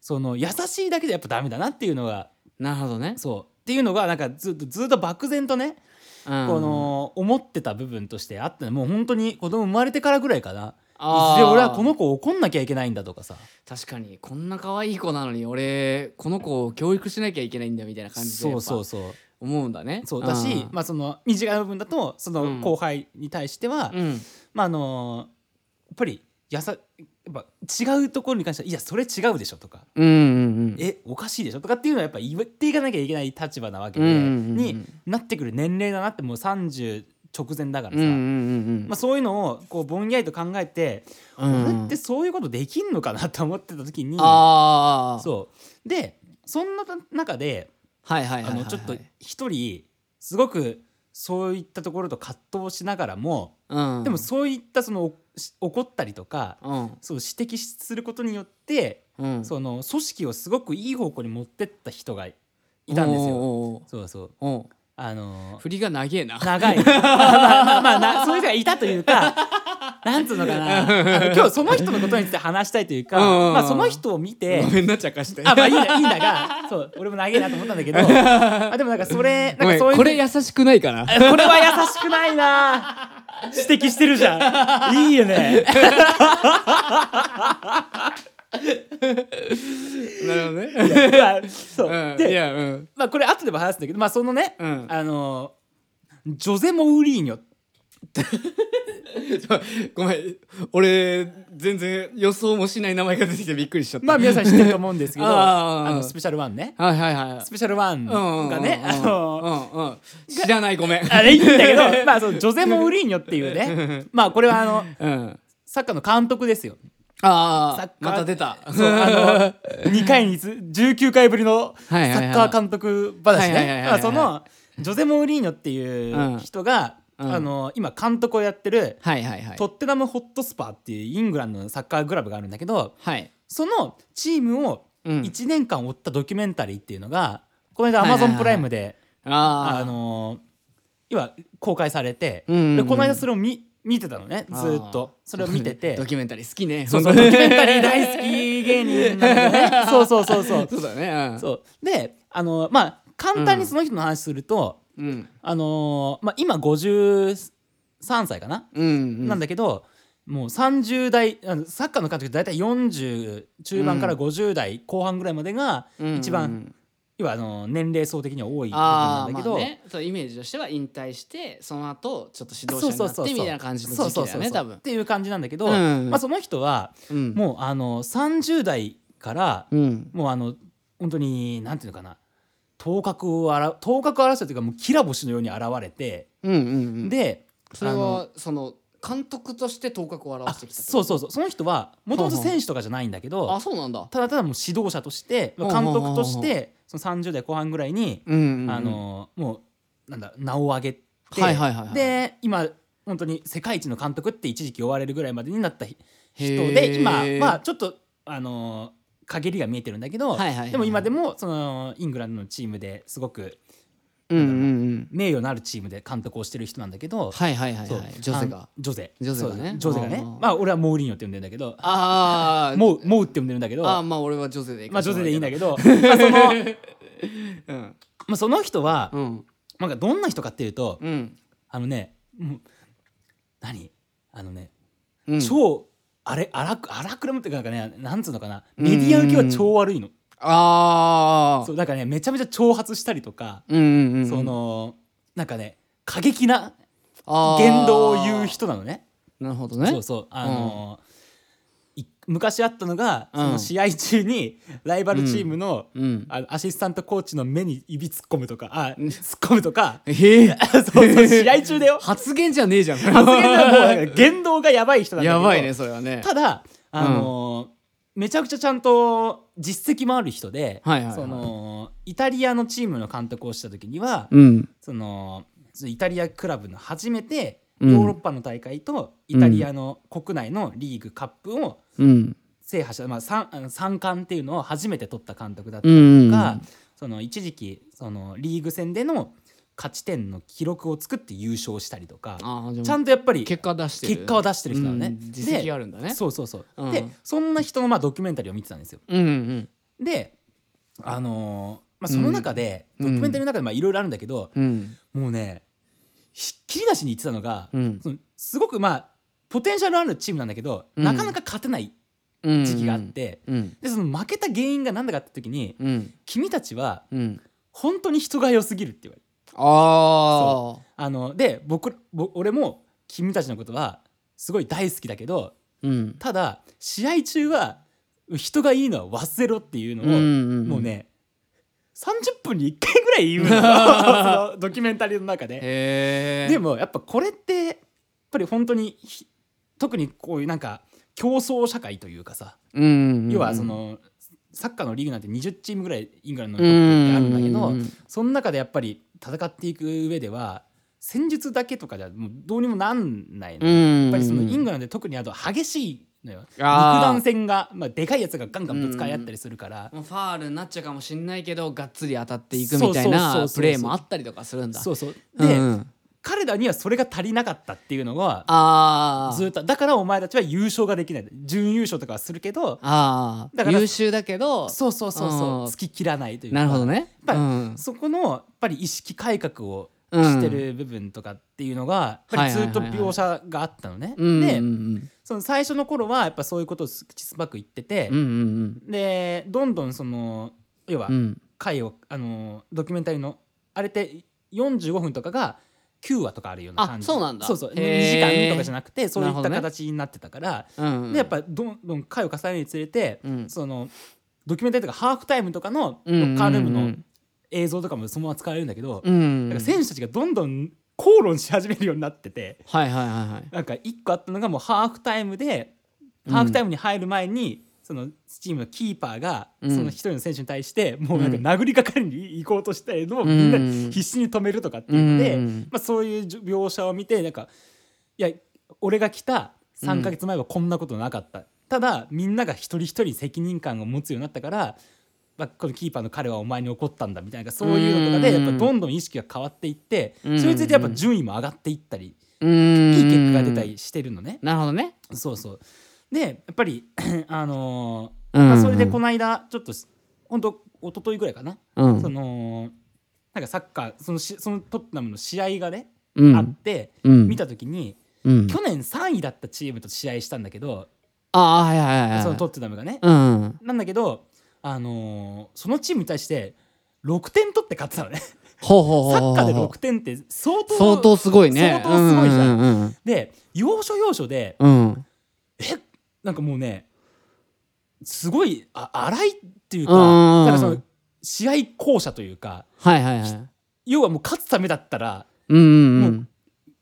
A: その優しいだけでやっぱダメだなっていうのが
B: なるほどね、
A: そうっていうのがなんかずっとずっと漠然とね、
B: うん
A: この思ってた部分としてあってもう本当に子供生まれてからぐらいかな。
B: あー
A: で俺はこの子を怒んなきゃいけないんだとかさ
B: 確かにこんな可愛い子なのに俺この子を教育しなきゃいけないんだみたいな感じで
A: そうそう
B: やっ
A: そう
B: ぱ思うんだね
A: そうだし、まあ、その短い部分だとそうの
B: ん
A: 後輩に対しては、
B: あうん、
A: まああのやっぱりやさやっぱ違うところに関してはいやそれ違うでしょとか、
B: うんうんうん
A: えおかしいでしょとかっていうのはやっぱ言っていかなきゃいけない立場なわけ
B: う
A: で、
B: んうんうん
A: になってくる年齢だなってもう30直前だから
B: うん
A: さ、
B: うんうんうん
A: まあ、そういうのをこうぼんやりと考えて、
B: うん
A: 俺ってそういうことできんのかなと思ってた時に
B: ああ
A: そうでそんな中で
B: はいはいはい
A: あ
B: は
A: の
B: い
A: ちょっと一人すごくそういったところと葛藤しながらも、
B: うん
A: でもそういったそのおし怒ったりとか、
B: うん
A: そう指摘することによって、
B: うん
A: その組織をすごくいい方向に持ってった人がいたんですよ。
B: おう
A: そうそう
B: おうおうおう
A: あのー
B: 振りが長 えな
A: 長い まあまあまあなそういう人がいたというかなんつうのか なあの今日その人のことについて話したいというか、
B: うんうんうん
A: まあ、その人を見て
B: ごめんなちゃかして
A: あまあいいん だいいんだがそう俺も長いなと思ったんだけどあでもなんかそれなんかそういう
B: これ優しくないかな
A: これは優しくないな 指摘してるじゃんいいよね
B: なるほどね。
A: まあそう、
B: うん、い
A: で、
B: や、うん。
A: まあ、これ後でも話すんだけど、まあ、そのね、
B: うん
A: あのジョゼ・モウリーニョ
B: ごめん、俺、全然予想もしない名前が出てきてびっくりしちゃった。
A: まあ皆さん知ってると思うんですけど
B: あ
A: あ
B: ー
A: のスペシャルワンね
B: はいはいはい。
A: スペシャルワン
B: うん
A: がねあの
B: うんうん、知らないごめん。
A: あれいいんだけ どまあそのジョゼ・モウリーニョっていう ねまあこれはあの
B: うん、
A: サッカーの監督ですよ
B: あ
A: サッ
B: あ
A: カー
B: また出た。
A: そうあの 2回につ19回ぶりのサ
B: はいはいはい
A: ッカー監督話
B: はいはいはいは
A: ね
B: い
A: まあそのジョゼ・モウリーニョっていう人が、
B: うん
A: あの今監督をやってる
B: はいはいはい。
A: トッテナム・ホットスパーっていうイングランドのサッカークラブがあるんだけど
B: はい。
A: そのチームを
B: うん
A: 1年間追ったドキュメンタリーっていうのがこの間ア
B: はい
A: マ
B: はい
A: ゾ
B: はい
A: ンプライムで
B: あ
A: あ
B: あ
A: のー今公開されて
B: うんうんうん
A: でこの間それを見見てたのねずーっと
B: あー
A: それを見てて
B: ドキュメンタリー好きね。
A: そうそう
B: 本当
A: ド
B: に
A: キュメンタリー大好き芸人なんだよねそうそうそうそう
B: そうだね。うん
A: そうであのーまあ簡単にその人の話すると、
B: うん
A: あのーまあ、今53歳かな、
B: うんうん。
A: なんだけどもう30代あのサッカーの監督って大体40中盤から50代後半ぐらいまでが
B: うん
A: 一
B: うんう
A: 番
B: ん
A: 要はあの年齢層的には多い時期
B: あ
A: な
B: あ
A: んだけ
B: まあ
A: ど、
B: ね、そうイメージとしては引退してその後ちょっと指導者になってみたいな感じの時期だよね
A: そうそうそうそう
B: 多分
A: っ。ていう感じなんだけど、
B: うん
A: まあ、その人は
B: うん
A: もうあの30代から
B: うん。
A: もうあの本当になんていうのかな頭角をあら頭角を表したというかもうきら星のように現れて、
B: うんうんうん。
A: で
B: それ
A: あの
B: はその監督として頭角を
A: あ
B: 表してきたってこと
A: そうそうそうその人はもともと選手とかじゃないんだけど
B: あそうなんだ。
A: ただただもう指導者として
B: ほう
A: 監
B: ほうほうほう
A: 督としてその30代後半ぐらいに、
B: うんうんうん
A: あのもうなんだ名を上げて、
B: はいはいはいはい
A: で今本当に世界一の監督って一時期追われるぐらいまでになった人
B: へ
A: で
B: ー
A: 今はちょっとあの限りが見えてるんだけど、
B: はいはいはいはい
A: でも今でもそのイングランドのチームですごく
B: うんうんうん。
A: 名誉のあるチームで監督をしてる人なんだけど、
B: はいはいはい
A: そう
B: はい。女性
A: あ
B: が
A: の。ジョゼ
B: ジョゼがね
A: そうジョゼがね
B: あー
A: まあ俺はモーリーニョって呼んでんだけど
B: ああ。
A: モウモウって呼んでるんだけど
B: ああまあ俺は女性でいいか
A: まあジョゼでいいんだ
B: け
A: け ど、まあ、その
B: ど。うん
A: まあ、その人は、
B: うん
A: なんかどんな人かっていうと、
B: うん
A: あのねもう何あのね、
B: うん。
A: 超あれ荒く荒くらむっていうかなんかねなんつうのかなメディア受けは超悪いの、
B: ああ
A: そう。なんかねめちゃめちゃ挑発したりとか、
B: うんうんうん。
A: そのなんかね過激な
B: あー
A: 言動を言う。人なのね
B: なるほど
A: そ
B: ね
A: う。そうあのい昔あったのが、その試合中にライバルチームの、
B: うん。
A: あのアシスタントコーチの目に指突っ込むとかあ突っ込むとか
B: へえ。
A: そうそう試合中だ よ
B: 発言じゃねえじゃん。
A: 発言がもうなんか言動がやばい人なんだけ
B: や
A: ど
B: ばいねそれはね。
A: ただあのーめちゃくちゃちゃんと実績もある人で、
B: はいはいはい
A: そのイタリアのチームの監督をした時には、
B: うん。
A: そのそのイタリアクラブの初めて
B: う
A: ヨ
B: ん
A: ーロッパの大会とイタリアの国内のリーグカップを
B: うん。
A: 制覇した、まあ、三あの三冠っていうのを初めて取った監督だった
B: う
A: り
B: ん。
A: とか、その一時期そのリーグ戦での勝ち点の記録を作って優勝したりとか
B: ああじゃあ
A: ちゃんとやっぱり
B: 結果出してる
A: 結果を出してる人なのね
B: うん実績
A: で
B: あるんだね
A: そうそうそう、
B: うん
A: でそんな人のまあドキュメンタリーを見てたんですよ
B: うんうん
A: であのーまあ、その中で、
B: うん
A: ドキュメンタリーの中でまあいろいろあるんだけど、
B: うん
A: もうねひっきりなしに言ってたのが、
B: うん
A: そのすごくまあポテンシャルあるチームなんだけど、
B: うん
A: なかなか勝てない
B: うん
A: 時期があって、
B: うん
A: でその負けた原因が何だかって時に、
B: うん
A: 君たちは
B: うん
A: 本当に人が良すぎるって言われて
B: ああ
A: あので僕ぼ俺も君たちのことはすごい大好きだけど
B: うん
A: ただ試合中は人がいいのは忘れろっていうのを、
B: うんうんうん
A: もうね30分に1回ぐらい言う のそのドキュメンタリーの中で。
B: へえ
A: でもやっぱこれってやっぱり本当にひ特にこういうなんか競争社会というかさ、
B: うんうんうん
A: 要はそのサッカーのリーグなんて20チームぐらいイングランドのトップってあるんだけど、
B: うんうんうん
A: その中でやっぱり戦っていく上では戦術だけとかじゃもうどうにもなんないの、
B: うんうん
A: やっぱりそのイングランドで特にあと激しいのよ肉
B: あー
A: 弾戦が、まあ、でかいやつがガンガンぶつかり合ったりするから、
B: もうファールになっちゃうかもしんないけどがっつり当たっていくみた
A: そ
B: い
A: うそうそう
B: な
A: そう
B: プレーもあったりとかするんだ
A: そうそう
B: うん
A: で、
B: うん
A: 彼らにはそれが足りなかったっていうのは
B: ああ
A: ずっとだからお前たちは優勝ができない準優勝とかはするけど
B: あ
A: だ
B: あ
A: から
B: 優秀だけど
A: そうそうそうそう
B: うん
A: 突き切らないというか
B: なるほどね
A: やっぱり
B: うん
A: そこのやっぱり意識改革を
B: うん
A: してる部分とかっていうのがやっぱりずっと
B: はいはいはいはい
A: 描写があったのね。
B: うん
A: で
B: うん
A: その最初の頃はやっぱそういうことを口酸っぱく言ってて
B: うんうんうん
A: でどんどんその要は
B: うん
A: 回をあのドキュメンタリーのあれって45分とかが9話とかあるような感じ
B: あそうなんだ
A: そうそう2
B: へ
A: 時
B: ー
A: 間とかじゃなくてそうい
B: なる
A: っ
B: ほ
A: た
B: どね
A: 形になってたから、
B: うんうん
A: でやっぱどんどん回を重ねるにつれて、
B: うん
A: そのドキュメンタリーとかハーフタイムとかのロ
B: うんうんうん
A: ッカールームの映像とかもそのまま使われるんだけど、
B: うん
A: なんか選手たちがどんどん口論し始めるようになってて
B: はいはいはいはい
A: なんか1個あったのがもうハーフタイムで、ハーフタイムに入る前にそのチームのキーパーがそ
B: うん
A: の一人の選手に対してもうなんか殴りかかりに行こうとしたのをみんなで必死に止めるとかって言って、
B: うんうん
A: まあ、そういう描写を見てなんかいや俺が来た3ヶ月前はこんなことなかった、ただみんなが一人一人責任感を持つようになったから、まあ、このキーパーの彼はお前に怒ったんだみたいなそういうのとかで
B: う
A: や
B: ん
A: っぱどんどん意識が変わっていって、
B: うん
A: それについてやっぱ順位も上がっていったり、
B: うん
A: いい結果が出たりしてるのね。
B: なるほどね
A: そうそうでやっぱり あのー
B: うんうん
A: まあ、それでこの間ちょっと本当一昨日ぐらいかな、
B: うん
A: そのなんかサッカーそのしそのトットナムの試合がね、
B: うん
A: あって、
B: うん
A: 見た時に、
B: うん
A: 去年3位だったチームと試合したんだけど、
B: ああはいはいはいはい
A: そのトットナムがね、
B: うん
A: なんだけど、あのーそのチームに対して6点取って勝ってたのね
B: ほうほうほう
A: サ
B: ほ
A: ッ
B: う
A: カーで6点って相当
B: 相当すごいね
A: 相当すごいじゃん、
B: うんうん
A: で要所要所で
B: うんうん
A: えなんかもうねすごいあ荒いっていうか
B: うんうんうん
A: だからその試合巧者というか
B: はいはいはい
A: 要はもう勝つためだったら
B: うんうんうん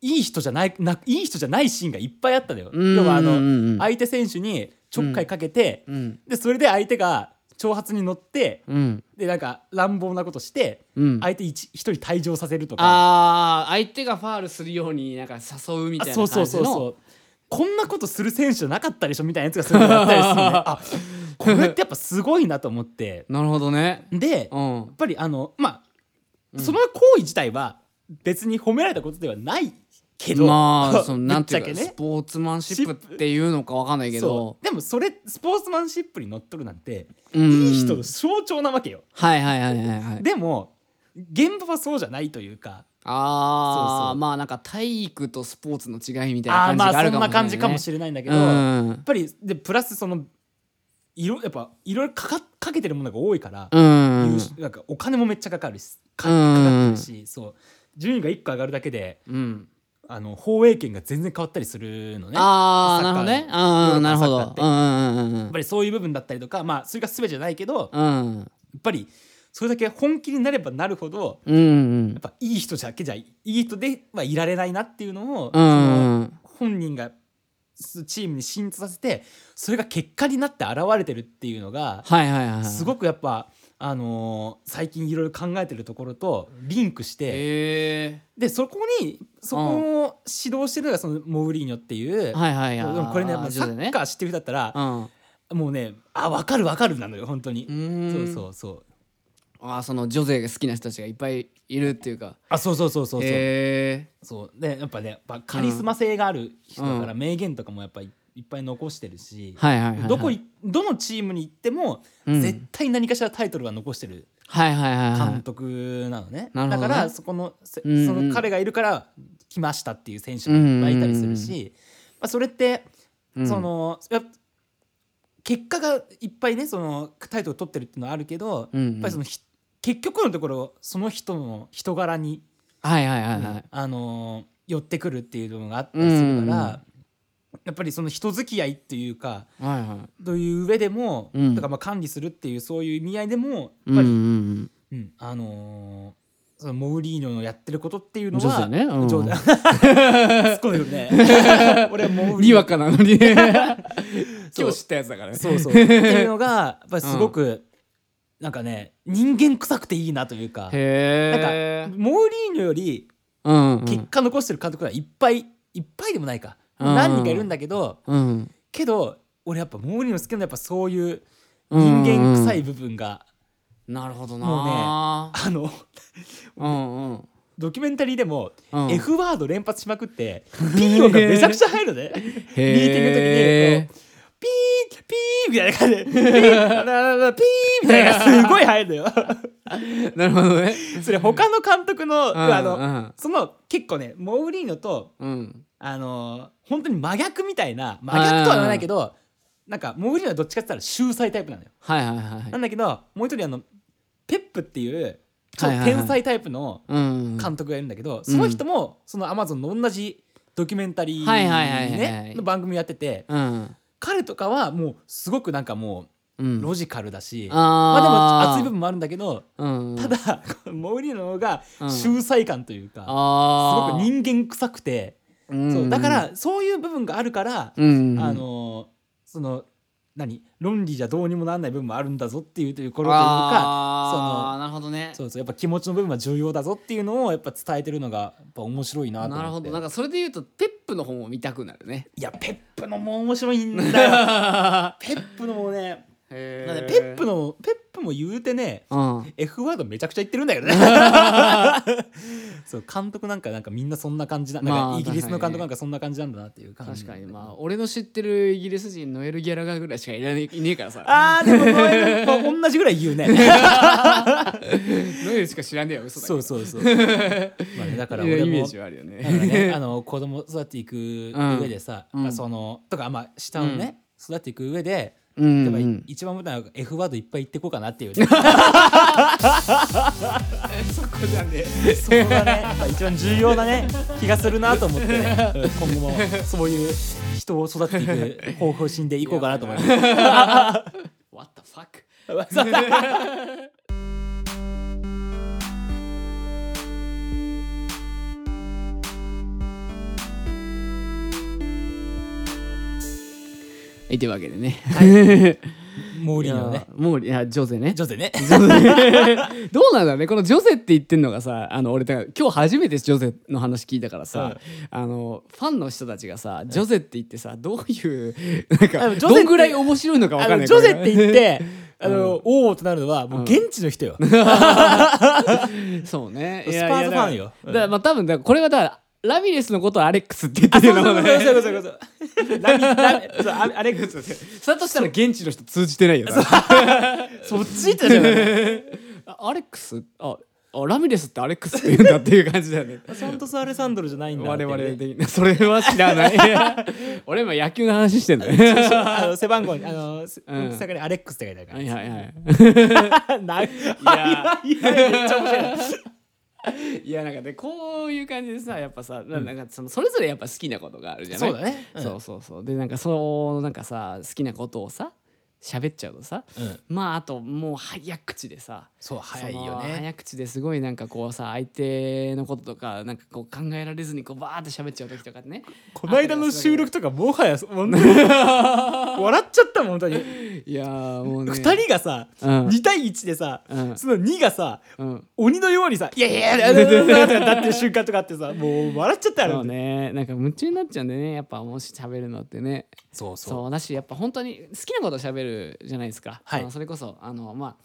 A: いい人じゃないないい人じゃないシーンがいっぱいあったのよ。
B: うん
A: 要はあ
B: うんうんう
A: の
B: ん
A: 相手選手にちょっかいかけて、
B: うん
A: でそれで相手が挑発に乗って
B: うん
A: でなんか乱暴なことして、
B: うん
A: 相手一一人退場させるとか
B: あー相手がファールするようになんか誘うみたいな
A: そ
B: 感
A: う
B: じ
A: そうそ
B: の
A: うそうこんなことする選手じゃなかったでしょみたいなやつがすごいあったり するのねあこれってやっぱすごいなと思って
B: なるほどね
A: で
B: う
A: やっ
B: ん
A: ぱりあのまあ、その行為自体は別に褒められたことではないけど
B: ま
A: ぶ
B: あ
A: っ
B: そのなんて
A: ち
B: い
A: ゃ
B: うか、
A: け
B: ス
A: ね
B: ポーツマンシップっていうのかわかんないけど
A: そうでもそれスポーツマンシップにのっとるなんて
B: うんうん
A: いい人の象徴なわけよ、
B: はいはいはいはいはい
A: でも現場はそうじゃないというか
B: あ
A: そう
B: あ
A: そう
B: まあなんか体育とスポーツの違いみたい
A: ああー
B: な感
A: ま
B: じがあ
A: あ
B: る
A: そ
B: か
A: ん
B: もしれない、ね、
A: な感じかもしれないんだけど、やっ
B: うん
A: ぱりでプラスそのいろやっぱいろいろかかかけてるものが多いから、
B: うん
A: 優秀なんかお金もめっちゃかかるしか
B: うん
A: かかってるし、そう順位が1個上がるだけで
B: うん
A: あの放映権が全然変わったりするのね。
B: ああな
A: サ
B: る
A: ッ
B: ほ
A: カー
B: どねうんうんなるほ
A: ヨーロッ
B: ど
A: パ
B: うんうんうんう
A: やっ
B: ん
A: ぱりそういう部分だったりとかまあそれが全てじゃないけどや
B: うん
A: っぱりそれだけ本気になればなるほど
B: うんうん
A: やっぱいい人だけじゃいい人ではいられないなっていうのを、
B: うんう
A: その
B: んうん
A: 本人がすチームに浸透させてそれが結果になって現れてるっていうのが
B: はいはいはい
A: すごくやっぱ、あのー最近いろいろ考えてるところとリンクして、
B: へ
A: でそこにそこを指導してるのがそのモウリーニョっていう、
B: えはいはい
A: で
B: はい
A: もこれね
B: あ
A: もうサ
B: 上手
A: ッカー知ってる人だったら、
B: うん
A: もうねあ分かる分かるなのよ本当に。
B: ん
A: そうそうそう
B: あーその女性が好きな人たちがいっぱいいるっていうか
A: あそうそうそうそうそう。
B: へえ
A: そうでやっぱねやっぱカリスマ性がある人だから
B: う
A: 名言とかもやっぱりいっぱい残してるし、
B: はいはいはいはい
A: どこいどのチームに行っても
B: うん
A: 絶対何かしらタイトルは残してる
B: はいはいはいはい
A: 監督なのね,、
B: なる
A: だ
B: ほど
A: か
B: ね
A: らそこのせ
B: うんうん
A: その彼がいるから来ましたっていう選手もいっぱいいたりするし、まあ、それって
B: うん
A: その、やっぱ結果がいっぱいねそのタイトル取ってるっていうのはあるけど、
B: うんうん
A: やっぱりそのひ結局のところその人の人柄に
B: はいはいはいはい
A: あのー寄ってくるっていうのがあったりするから、やっぱりその人付き合いっていうか
B: はいはい
A: という上でも、
B: うん
A: だからまあ管理するっていうそういう意味合いでもや
B: う
A: っ
B: んう
A: ぱ
B: ん
A: り、
B: うん
A: うんあのーそのモウリーニョのやってることっていうの
B: 女
A: は
B: 性ねうん
A: 上手 すっごいよね 俺はモウリーニ
B: に
A: ョ
B: わかなのにね
A: そう
B: たやつだからね
A: そうそうっていうのがやっぱりすごく、なんかね人間臭くていいなというかな
B: へ
A: ん
B: え
A: かモウリーニョより
B: うんうん
A: 結果残してる監督はいっぱいいっぱいでもないか、
B: うん
A: 何人かいるんだけど
B: うん
A: けど俺やっぱモーリーの好きなのはやっぱそういう
B: うんうん
A: 人
B: うん
A: 間臭い部分が、
B: なるほど
A: も
B: な
A: あの
B: うんうん
A: ドキュメンタリーでも
B: うん
A: F ワード連発しまくって、ピー音がめちゃくちゃ入るのねミーティングの時にこうピーピーみたいな感じで、ピーララララピーみたいなのがすごい入るのよ。
B: なるほどね。
A: それ他の監督の、
B: う ん
A: あの、その結構ね、モーリーノと、
B: うんうん
A: あのー本当に真逆みたいな、真逆とは言わないけど、なんかモーリーノはどっちかって言ったら秀才タイプなのよ。
B: はいはいはい
A: な。んだけど、もう一人あの、ペップっていう、ちょっ
B: はい
A: と
B: はいはい
A: 天才タイプの
B: うん。
A: 監督がいるんだけど、その人も、そのアマゾンの同じドキュメンタリー、
B: はいはいはいはいはい
A: ね、の番組やってて、
B: うん。
A: 彼とかはもうすごくなんかも
B: う。
A: うんロジカルだし、まあでも
B: あ
A: 熱
B: ー
A: い部分もあるんだけど、
B: うん、
A: ただ このモーリーノの方が
B: うん
A: 秀才感というか、
B: あ
A: すごく
B: ー
A: 人間臭くて、
B: うん
A: そうだか、らそういう部分があるから、
B: うん、
A: あのーその何論理じゃどうにもならない部分もあるんだぞっていうところというか
B: あーなるほどね
A: そうそうやっぱ気持ちの部分は重要だぞっていうのをやっぱ伝えてるのがやっぱ面白いなと思って
B: なるほどなんかそれで言うとペップの方も見たくなるね
A: いやペップのも面白いん だよペップのもね
B: へ
A: なんでペップのペップも言うてね
B: の、うん、
A: F ワードめちゃくちゃ言ってるんだけどね そう監督なんかなんかみんなそんな感じななんか
B: まあ
A: イギリスの監督
B: 確かにね
A: なんかそんな感じなんだなっていう感じ
B: 確かにまあ俺の知ってるイギリス人ノエル・ギャラガーぐらいしかいらねいねえからさ
A: あーでもこれも同じぐらい言うね
B: ノエルしか知らねえよ嘘だけ
A: そ
B: ど
A: うそうそうまあねだから俺
B: イメー
A: も
B: ジはあるよ
A: だから
B: ね
A: ねあの子供育っていく上でさ、
B: うん
A: まあそのとかまあ下をね、育っていく上で
B: うん
A: やっ
B: う
A: ぱり
B: ん
A: 一番無駄なのが F ワードいっぱい言ってこうかなって いうね
B: そこじゃね
A: そこがねやっぱ一番重要なね気がするなと思ってね、 うん今後もそういう人を育てていく方針でいこうかなと思います。
B: What the fuck はいというわけでね、
A: モー
B: い
A: リーのね
B: や。もういやジ ョゼね
A: ジョゼね。
B: どうなんだろうねこのジョゼって言ってんのがさあの俺だから今日初めてジョゼの話聞いたからさ、あのファンの人たちがさジョゼって言ってさどういうなん
A: あの
B: か
A: ジョゼって
B: どんぐらい面白いのか分
A: あ
B: かん
A: の
B: ない
A: ジョゼって言っ
B: こ
A: て、あの、おおとなるのは、もう現地の人よ。
B: れねそうね
A: スパーズ
B: いやいや
A: フ
B: だから
A: ァンよ
B: だからまあ多分だからこれはだからラミレスのことをアレックスって言ってるのもね
A: そうそうそうそう そう。ラミラミそうああれそっち
B: それとしたら現地の人通じてないよな
A: 行ってたじゃない。
B: あアレックスああラミレスってアレックスって言うんだっていう感じだよ ね
A: サントス・アレサンドルじゃないんだ。
B: 我々的に それは知ら ない俺今野球の話してんだよ
A: あの背番号にあのせ
B: うん
A: 下にアレックスって書いてあるか
B: はいはいはい
A: ら。ない
B: や
A: いやいやめっちゃ面白い。
B: いやなんかねこういう感じでさやっぱさ、ななんかそのそれぞれやっぱ好きなことがあるじゃない
A: そうだねうん
B: そうそうそうでなんかそのなんかさ好きなことをさ喋っちゃうとさ、
A: うん
B: まああともう早口でさ
A: そう早い
B: その
A: よね。
B: 早口ですごいなんかこうさ相手のこととかなんかこう考えられずにこうバーって喋っちゃう時とかね
A: この間の収録とかもはや本当に笑っちゃったもん本当に。
B: いやーもうね
A: 二人がさ、
B: うん
A: 二対一でさ、
B: うん
A: その二がさ、
B: うん
A: 鬼のようにさ「いやいやいやいやいやいや」とかなってる瞬間とかあってさもう笑っちゃった
B: そ
A: よ
B: うねなんか夢中になっちゃうんでねやっぱもし喋るのってね
A: そうそう
B: そうだしやっぱ本当に好きなことを喋るじゃないですか、
A: はい
B: あのそれこそあのまあ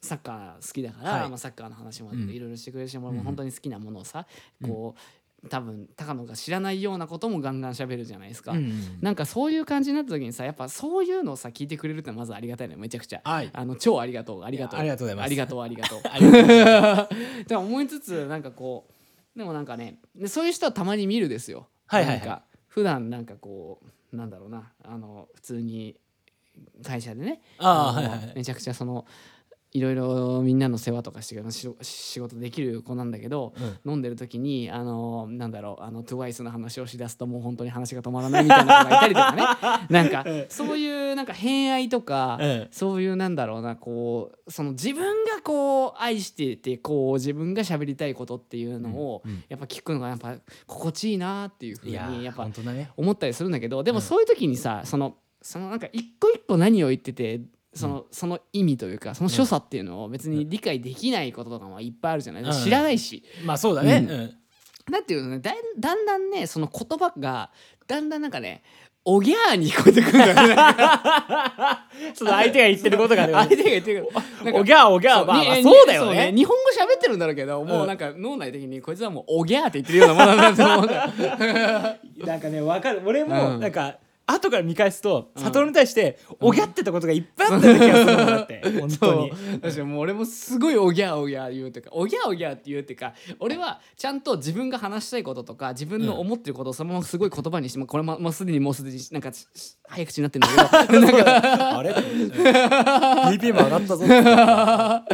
B: サッカー好きだから、
A: はい
B: まあ、サッカーの話も
A: うん
B: いろいろしてくれるし、俺も本当に好きなものをさ、こう多分高野が知らないようなこともガンガン喋るじゃないですか、
A: うん
B: なんかそういう感じになった時にさやっぱそういうのをさ聞いてくれるってのはまずありがたいのよめちゃくちゃ、
A: はい
B: あの超ありがとうありがとう
A: いやありがとうございます
B: ありがとうあり がとう
A: ありがとうござい
B: でも思いつつなんかこうでもなんかねでそういう人はたまに見るですよ。
A: はいはいはい
B: なんか普段なんかこうなんだろうなあの普通に会社でね
A: あー
B: の
A: はいはいはい
B: めちゃくちゃそのいろいろみんなの世話とかしてくれるし仕事できる子なんだけど、飲んでる時にあのなんだろうあの TWICE の話をしだすともう本当に話が止まらないみたいな子がいたりとかねなんか そういうなんか偏愛とか、
A: うん
B: そういうなんだろうなこうその自分がこう愛しててこう自分が喋りたいことっていうのを、やっぱ聞くのがやっぱ心地いいなっていうふう
A: い
B: に
A: やー
B: やっぱ
A: 本当だね
B: 思ったりするんだけどでもそういう時にさ、そのそのなんか一個一個何を言っててその,、その意味というかその所作っていうのを別に理解できないこととかもいっぱいあるじゃない、
A: うん
B: 知らないし。
A: まあそうだね、
B: う
A: うん
B: なんていうのねだんだんだんねその言葉がだんだんなんかねおぎゃーに聞こえてくるんだよね
A: その相手が言ってることがね
B: 相手が言ってるけどなんか
A: おぎゃーおぎゃ
B: そ
A: ー
B: う
A: まあ
B: に
A: まあ
B: に
A: そうだよね
B: 日本語喋ってるんだろうけど、もうなんか脳内的にこいつ はもうおぎゃーって言ってるようなものなんだと思うんだよ
A: なんかねわかる俺も
B: うん
A: なんか、後から見返すと
B: うん
A: 悟に対しておぎゃってたことがいっぱいあったような気がするもんだ って本当に
B: そう確かにもう俺もすごいおぎゃおぎゃ言うというかおぎゃおぎゃって言うというか俺はちゃんと自分が話したいこととか自分の思ってることをそのまますごい言葉にしてもうこれももうすでにもうすでになんかしし早口になってんだけどなんか
A: あれ BPM 上がったぞ は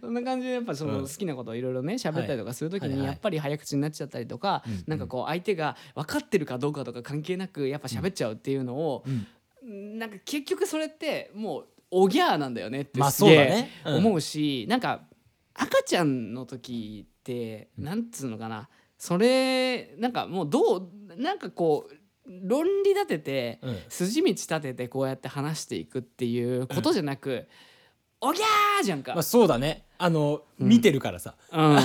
B: そんな感じでやっぱその好きなことをいろいろね喋ったりとかするとき
A: はいは
B: に
A: い
B: やっぱり早口になっちゃったりとか
A: うん
B: なんかこう相手が分かってるかどうかとか関係なくやっぱ喋っちゃうっていうのを
A: うん
B: なんか結局それってもうおぎゃーなんだよねって
A: まあ
B: すげえ
A: そうだねうん
B: 思うしなんか赤ちゃんの時ってなんつうのかなそれなんかもうどうなんかこう論理立てて
A: うん
B: 筋道立ててこうやって話していくっていうことじゃなく「おぎゃー!」じゃんか
A: まあ、そうだねあの、見てるからさ
B: うん、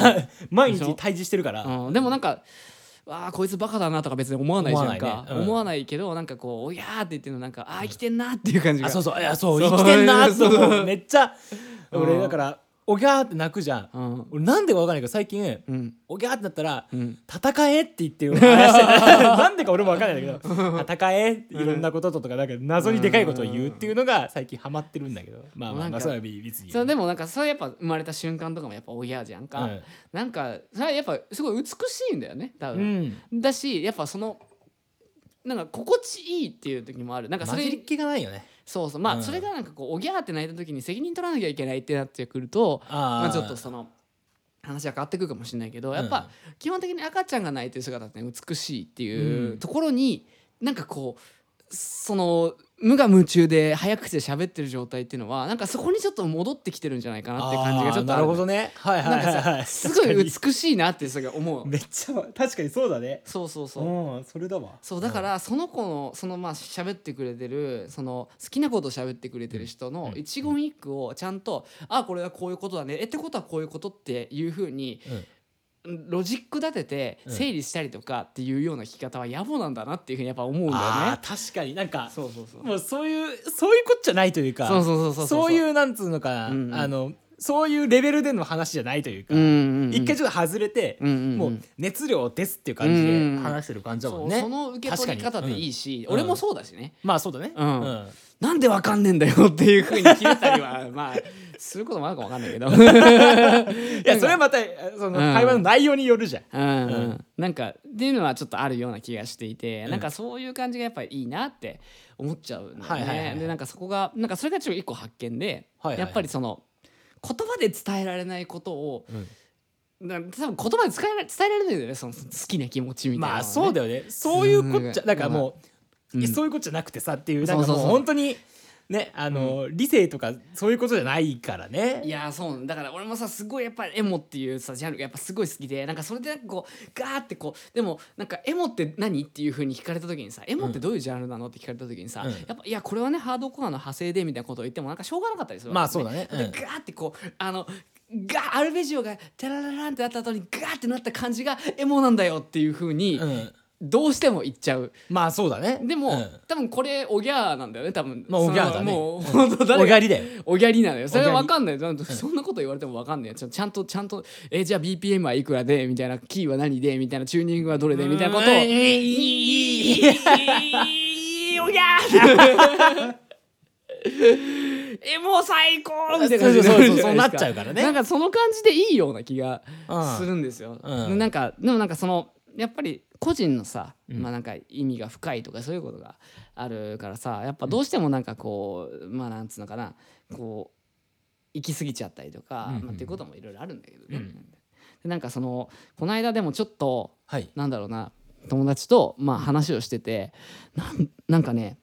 A: 毎日対峙してるから、
B: うん、でもなんか「わあこいつバカだな」とか別に思わないじゃんか思わ,、
A: 思わないねうん
B: ないけどなんかこう「おやー」って言ってるのなんか「ああ生きてんな」っていう感じが
A: あそうそういやそう
B: そう
A: 生きてんなと
B: そう
A: 思
B: そうう
A: めっちゃ
B: うん
A: 俺だからおぎゃーって泣くじゃん、
B: うん
A: 俺なんでかわかんないけど最近
B: うん
A: おぎゃーってなったら、
B: うん
A: 戦えって言ってる話して たなんでか俺も分かんないんだけど戦えっていろんなことととかだけど謎にでかいことを言うっていうのが最近ハマってるんだけどまあまあ
B: な
A: ま
B: んか
A: あそれは別に
B: そうでもなんかそれやっぱ生まれた瞬間とかもやっぱ「おやー」じゃんか、
A: うん
B: なんかそれはやっぱすごい美しいんだよね多
A: う
B: 分、
A: ん
B: だしやっぱそのなんか心地いいっていう時もあるなんかそ
A: 混
B: れ
A: じりっ気がないよね
B: そうそうまあ、
A: うん
B: それがなんかこう「おぎゃー」って泣いた時に責任取らなきゃいけないってなってくると
A: あ
B: まあ、
A: ー
B: ちょっとその話は変わってくるかもしれないけどやっ
A: うん
B: ぱ基本的に赤ちゃんが泣いてる姿って美しいっていううんところに、なんかこうその無我夢中で早口で喋ってる状態っていうのはなんかそこにちょっと戻ってきてるんじゃないかなっていう感じがちょっと
A: あーな
B: ある
A: るほどねはいはい
B: なん
A: はい
B: か
A: はい
B: さすごい
A: 確か
B: 美しいなってそれが思う
A: にめっちゃ確かにそうだね
B: そうそうそう
A: うんそれだわ
B: そうだからその子のそのまあ喋ってくれてるその好きなことを喋ってくれてる人の
A: うん
B: 一言一句をちゃんと「あこれはこういうことだね」えってことはこういうことっていうふうに
A: うん
B: ロジック立てて
A: うん
B: 整理したりとかっていうような聞き方は野暮なんだなっていうふうにやっぱ思うんだよ
A: あ
B: ね。
A: ー確かになんか
B: そうそうそう。
A: もうそういうそういうことじゃないというか
B: そうそうそうそう。
A: そういううなんつうのか
B: うんうん
A: あのそういうレベルでの話じゃないというか
B: うんうんうん、
A: 一回ちょっと外れて
B: うんうんうん
A: もう熱量ですっていう感じ
B: うんうん
A: で
B: うん
A: 話してる感じだもん
B: そう
A: ね
B: その受け取り方でいい
A: し
B: し、
A: うん
B: 俺もそうだしね、
A: まあそうだね
B: うん
A: うん
B: なんでわかんねえんだよっていうふうに決めた りはまあすることもあるかわかんないけど。
A: いやそれはまたその
B: うん
A: 会話の内容によるじゃん
B: うんう、
A: うん
B: なんかっていうのはちょっとあるような気がしていて、なんかそういう感じがやっぱりいいなって思っちゃうんだよね。
A: はいはいはい
B: でなんかそこがなんかそれがちょっと一個発見で、
A: はいはいはい
B: やっぱりその言葉で伝えられないことを、
A: うん
B: な多分言葉で伝えら伝えられないんだよねその好きな気持ちみたいなの
A: まあ
B: はね、
A: そうだよねそういうこっちゃ
B: うん
A: だからもう、
B: うん
A: いやそういうことじゃなくてさっていう
B: そ
A: な
B: うん
A: かもう
B: そうそう
A: 本当にねあの、理性とかそういうことじゃないからね
B: いやーそうだから俺もさすごいやっぱりエモっていうさジャンルがやっぱすごい好きでなんかそれでなんかこうガーってこうでもなんかエモって何っていうふうに聞かれた時にさエモってどういうジャンルなのって聞かれた時にさ、
A: うん
B: やっぱいやこれはねハードコアの派生でみたいなことを言ってもなんかしょうがなかったりする
A: まあ
B: わけ
A: そう
B: よ
A: だね、う
B: で
A: ん
B: ガーってこうあのガーアルベジオがテララランってなった後にガーってなった感じがエモなんだよっていうふうに
A: うん
B: どうしても言っちゃう
A: まあそうだね
B: でも、
A: うん
B: 多分これおぎゃーなんだよね多分
A: まあおぎゃーだね
B: そのもう本当誰が
A: おがりだよ
B: おぎゃりなのよそれは
A: おぎゃり
B: 分かんないなんかそんなこと言われても分かんないよちゃんちゃんとちゃんとえじゃあ BPM はいくらでみたいなキーは何でみたいなチューニングはどれでみたいなこと
A: う
B: を
A: ん
B: い
A: いいいいいい
B: いいいおぎゃーえもう最高みたいな感じに
A: そうそうそう
B: じ
A: そう
B: いです
A: なっちゃうからね
B: なんかその感じでいいような気が
A: うん
B: するんですよ、
A: うん
B: なんかでもなんかそのやっぱり個人のさ、まあなんか意味が深いとかそういうことがあるからさやっぱどうしてもなんかこう、まあなんつうのかなこう行き過ぎちゃったりとか、
A: うんうん
B: まあ、っていうこともいろいろあるんだけどね、
A: うん
B: でなんかそのこの間でもちょっと
A: はい
B: なんだろうな友達とまあ話をしててなんなんかね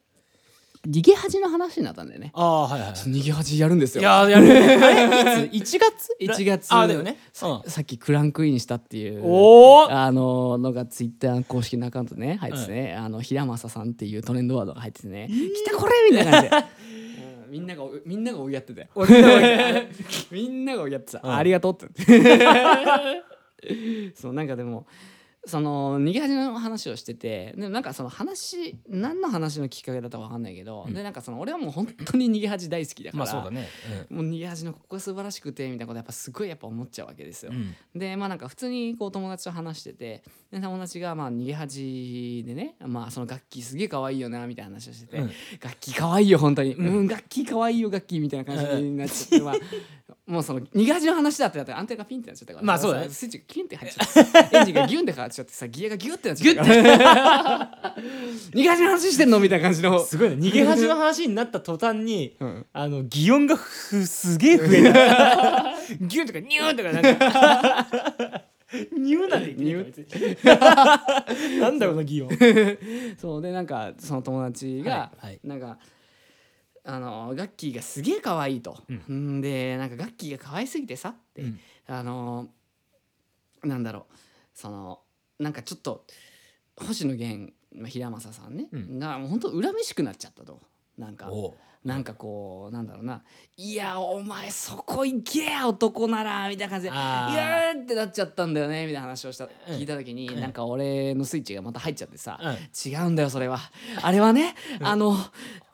B: 逃げ恥の話になったんだよね。
A: ああはいはい
B: 逃げ恥やるんです
A: い
B: よ
A: やーやる あ れいつ1月
B: 1月
A: あーだよね、う、
B: ささっきクランクインしたっていうん
A: おお
B: あののがツイッター公式のアカウントね入っててね、あの平正さんっていうトレンドワードが入っててね「来たこれ!」みたいな感 じで、うんみんながみんなが追いやって たよ みんなが追いやってた、
A: うん
B: ありがとうってそうなんかでもその逃げ恥の話をしててでなんかその話何の話のきっかけだったか分かんないけど、
C: うん
B: でなんかその俺はもう本当に逃げ恥大好きだから、
C: まあそうだね。
B: もう逃げ恥のここが素晴らしくてみたいなことやっぱすごいやっぱ思っちゃうわけです
C: う
B: よ
C: ん。。うん
B: でまあなんか普通にこう友達と話しててで友達がまあ逃げ恥でね、まあ、その楽器すげえ可愛いよなみたいな話をしてて、
C: うん
B: 楽器可愛いよ本当にうん、楽器可愛いよ楽器みたいな感じになっちゃって、まあもうその逃げ恥の話だってなったらアンテナがピンってなっちゃったから
C: まあそうだね
B: スイッチがキュンって入っち ゃってエンジンがギュンって変わっちゃってさギアがギュッてなっちゃったから 逃げ恥の話してんのみたいな感じの。
A: すごいね逃げ恥の話になった途端に
B: うん
A: あの擬音がふすげえ増えた ギュンとかニューンとかなんかニューなんて言ってる別に なんだこの擬音
B: そうでなんかその友達が、
C: はいはい
B: なんかあのガッキーがすげえ可愛いと、
C: うん
B: ん、でなんかガッキーが可愛すぎてさって、
C: うん
B: あのなんだろうそのなんかちょっと星野源まあ平正さんね、
C: うん
B: がもう本当恨めしくなっちゃったとなんか
C: おう
B: なんかこうなんだろうないやお前そこ行けや男ならみたいな感じで
C: あー
B: いやーってなっちゃったんだよねみたいな話をした
C: うん
B: 聞いた時に、なんか俺のスイッチがまた入っちゃってさ、
C: うん
B: 違うんだよそれはあれはね、あの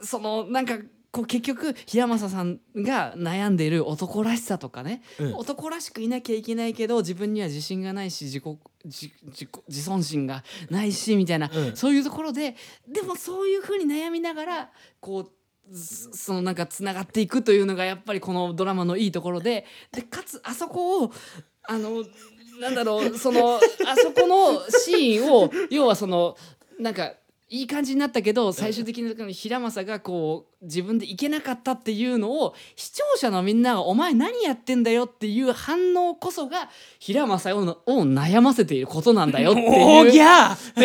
B: そのなんかこう結局平正さんが悩んでいる男らしさとかね、
C: うん
B: 男らしくいなきゃいけないけど自分には自信がないし自己自自己自尊心がないしみたいな、
C: うん
B: そういうところででもそういうふうに悩みながらこうずそのなんかつながっていくというのがやっぱりこのドラマのいいところででかつあそこをあのなんだろうそのあそこのシーンを要はそのなんかいい感じになったけど最終的にその平正がこう自分でいけなかったっていうのを視聴者のみんなが「お前何やってんだよ」っていう反応こそが平正をのを悩ませていることなんだよって
A: おー
B: いう
A: ギャー
B: って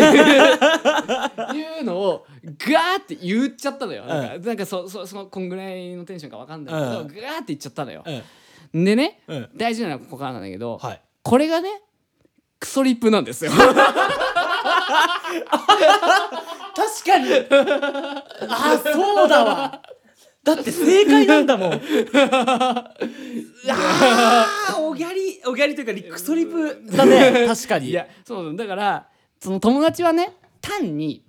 B: いういうのをガーって言っちゃったのよ。なんか,、なんかそそそのこんぐらいのテンションかわかんないけど、
C: うん
B: ガーって言っちゃったのよ。
C: うん
B: でね
C: うん
B: 大事なのはここからなんだけど、
C: はい。
B: これがねクソリップなんですよ。
A: 確かにあそうだわだって正解なんだもんあーおぎゃりおぎゃりというかリクソリプだね 確かに
B: いやそうだからその友達はね単に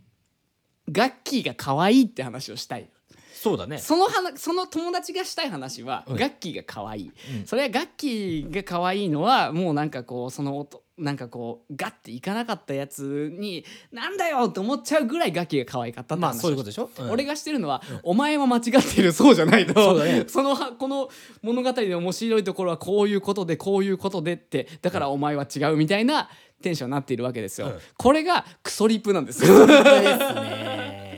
B: ガッキーが可愛いって話をしたい。
C: そうだね。
B: その話その友達がしたい話は、ガッキーが可愛い、
C: うん
B: それはガッキーが可愛いのはもうなんかこうその音なんかこうガッていかなかったやつになんだよって思っちゃうぐらいガッキーが可愛かったって話
C: まあそういうことでしょ。うん
B: 俺がしてるのは、お前は間違っているそうじゃないの
C: そうだね
B: そのはこの物語の面白いところはこういうことでこういうことでってだからお前は違うみたいなテンションになっているわけですよ、
C: うん
B: これがクソリップなんですよ
A: ですね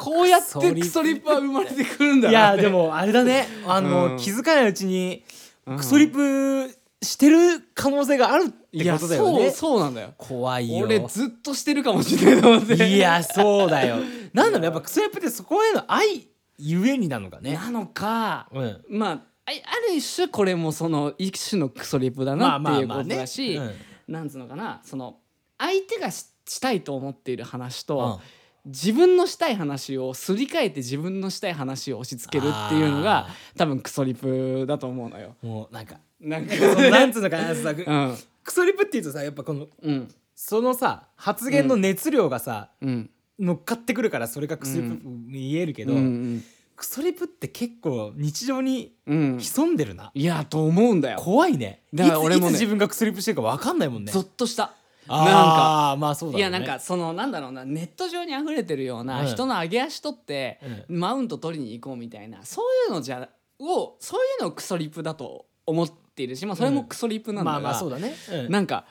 B: こうやってクソリップは生まれてくるんだ
A: い
B: なっ
A: や
B: て
A: でもあれだねあの、
B: うん
A: 気づかないうちに
B: うん
A: クソリプしてる可能性があるってことだよ
B: いや
A: ね
B: そうそうなんだよ
C: 怖いよ。
B: 俺ずっとしてるかもしれないと思って
A: いやそうだよなんだろうやっぱクソリプってそこへの愛ゆえになのかね
B: なのか
C: うん。
B: まああある種これもその一種のクソリプだ
C: ま
B: な
C: あ
B: っ
C: ま
B: てい
C: あ
B: う
C: ま
B: こ
C: あ
B: と
C: ね。
B: だし、
C: うん
B: なんつうのかなその相手がししたいと思っている話
C: うん
B: と、自分のしたい話をすり替えて自分のしたい話を押し付けるっていうのが
C: あ
B: 多分クソリプだと思うのよ。
C: もうなんか。
B: なんか、
A: そのなんつうのかなさ
B: うん
A: クソリプっていうとさやっぱこの
B: うん
A: そのさ発言の熱量がさ、
B: うん
A: 乗っかってくるからそれがクソリプ見えるけ
B: う
A: ど、
B: ん
A: クソリプって結構日常に
B: うん
A: 潜んでるな、
B: いやと思うんだよ。
C: 怖いね。
B: だから俺もね
A: いついつ自分がクソリプしてるかわかんないもんね
B: ゾッとした。なんか
C: ああまあそうだ
B: い
C: ろう
B: や
C: ね。
B: なんかそのなんだろうなネット上に溢れてるよう
C: う
B: なん人の上げ足取って
C: う
B: マウント取りに行こうみたいなそういうのじゃをそういうのをクソリプだと思っているしまあそれもクソリプなんだ
C: ま
B: が、
C: あまあそうだね。うん
B: なんか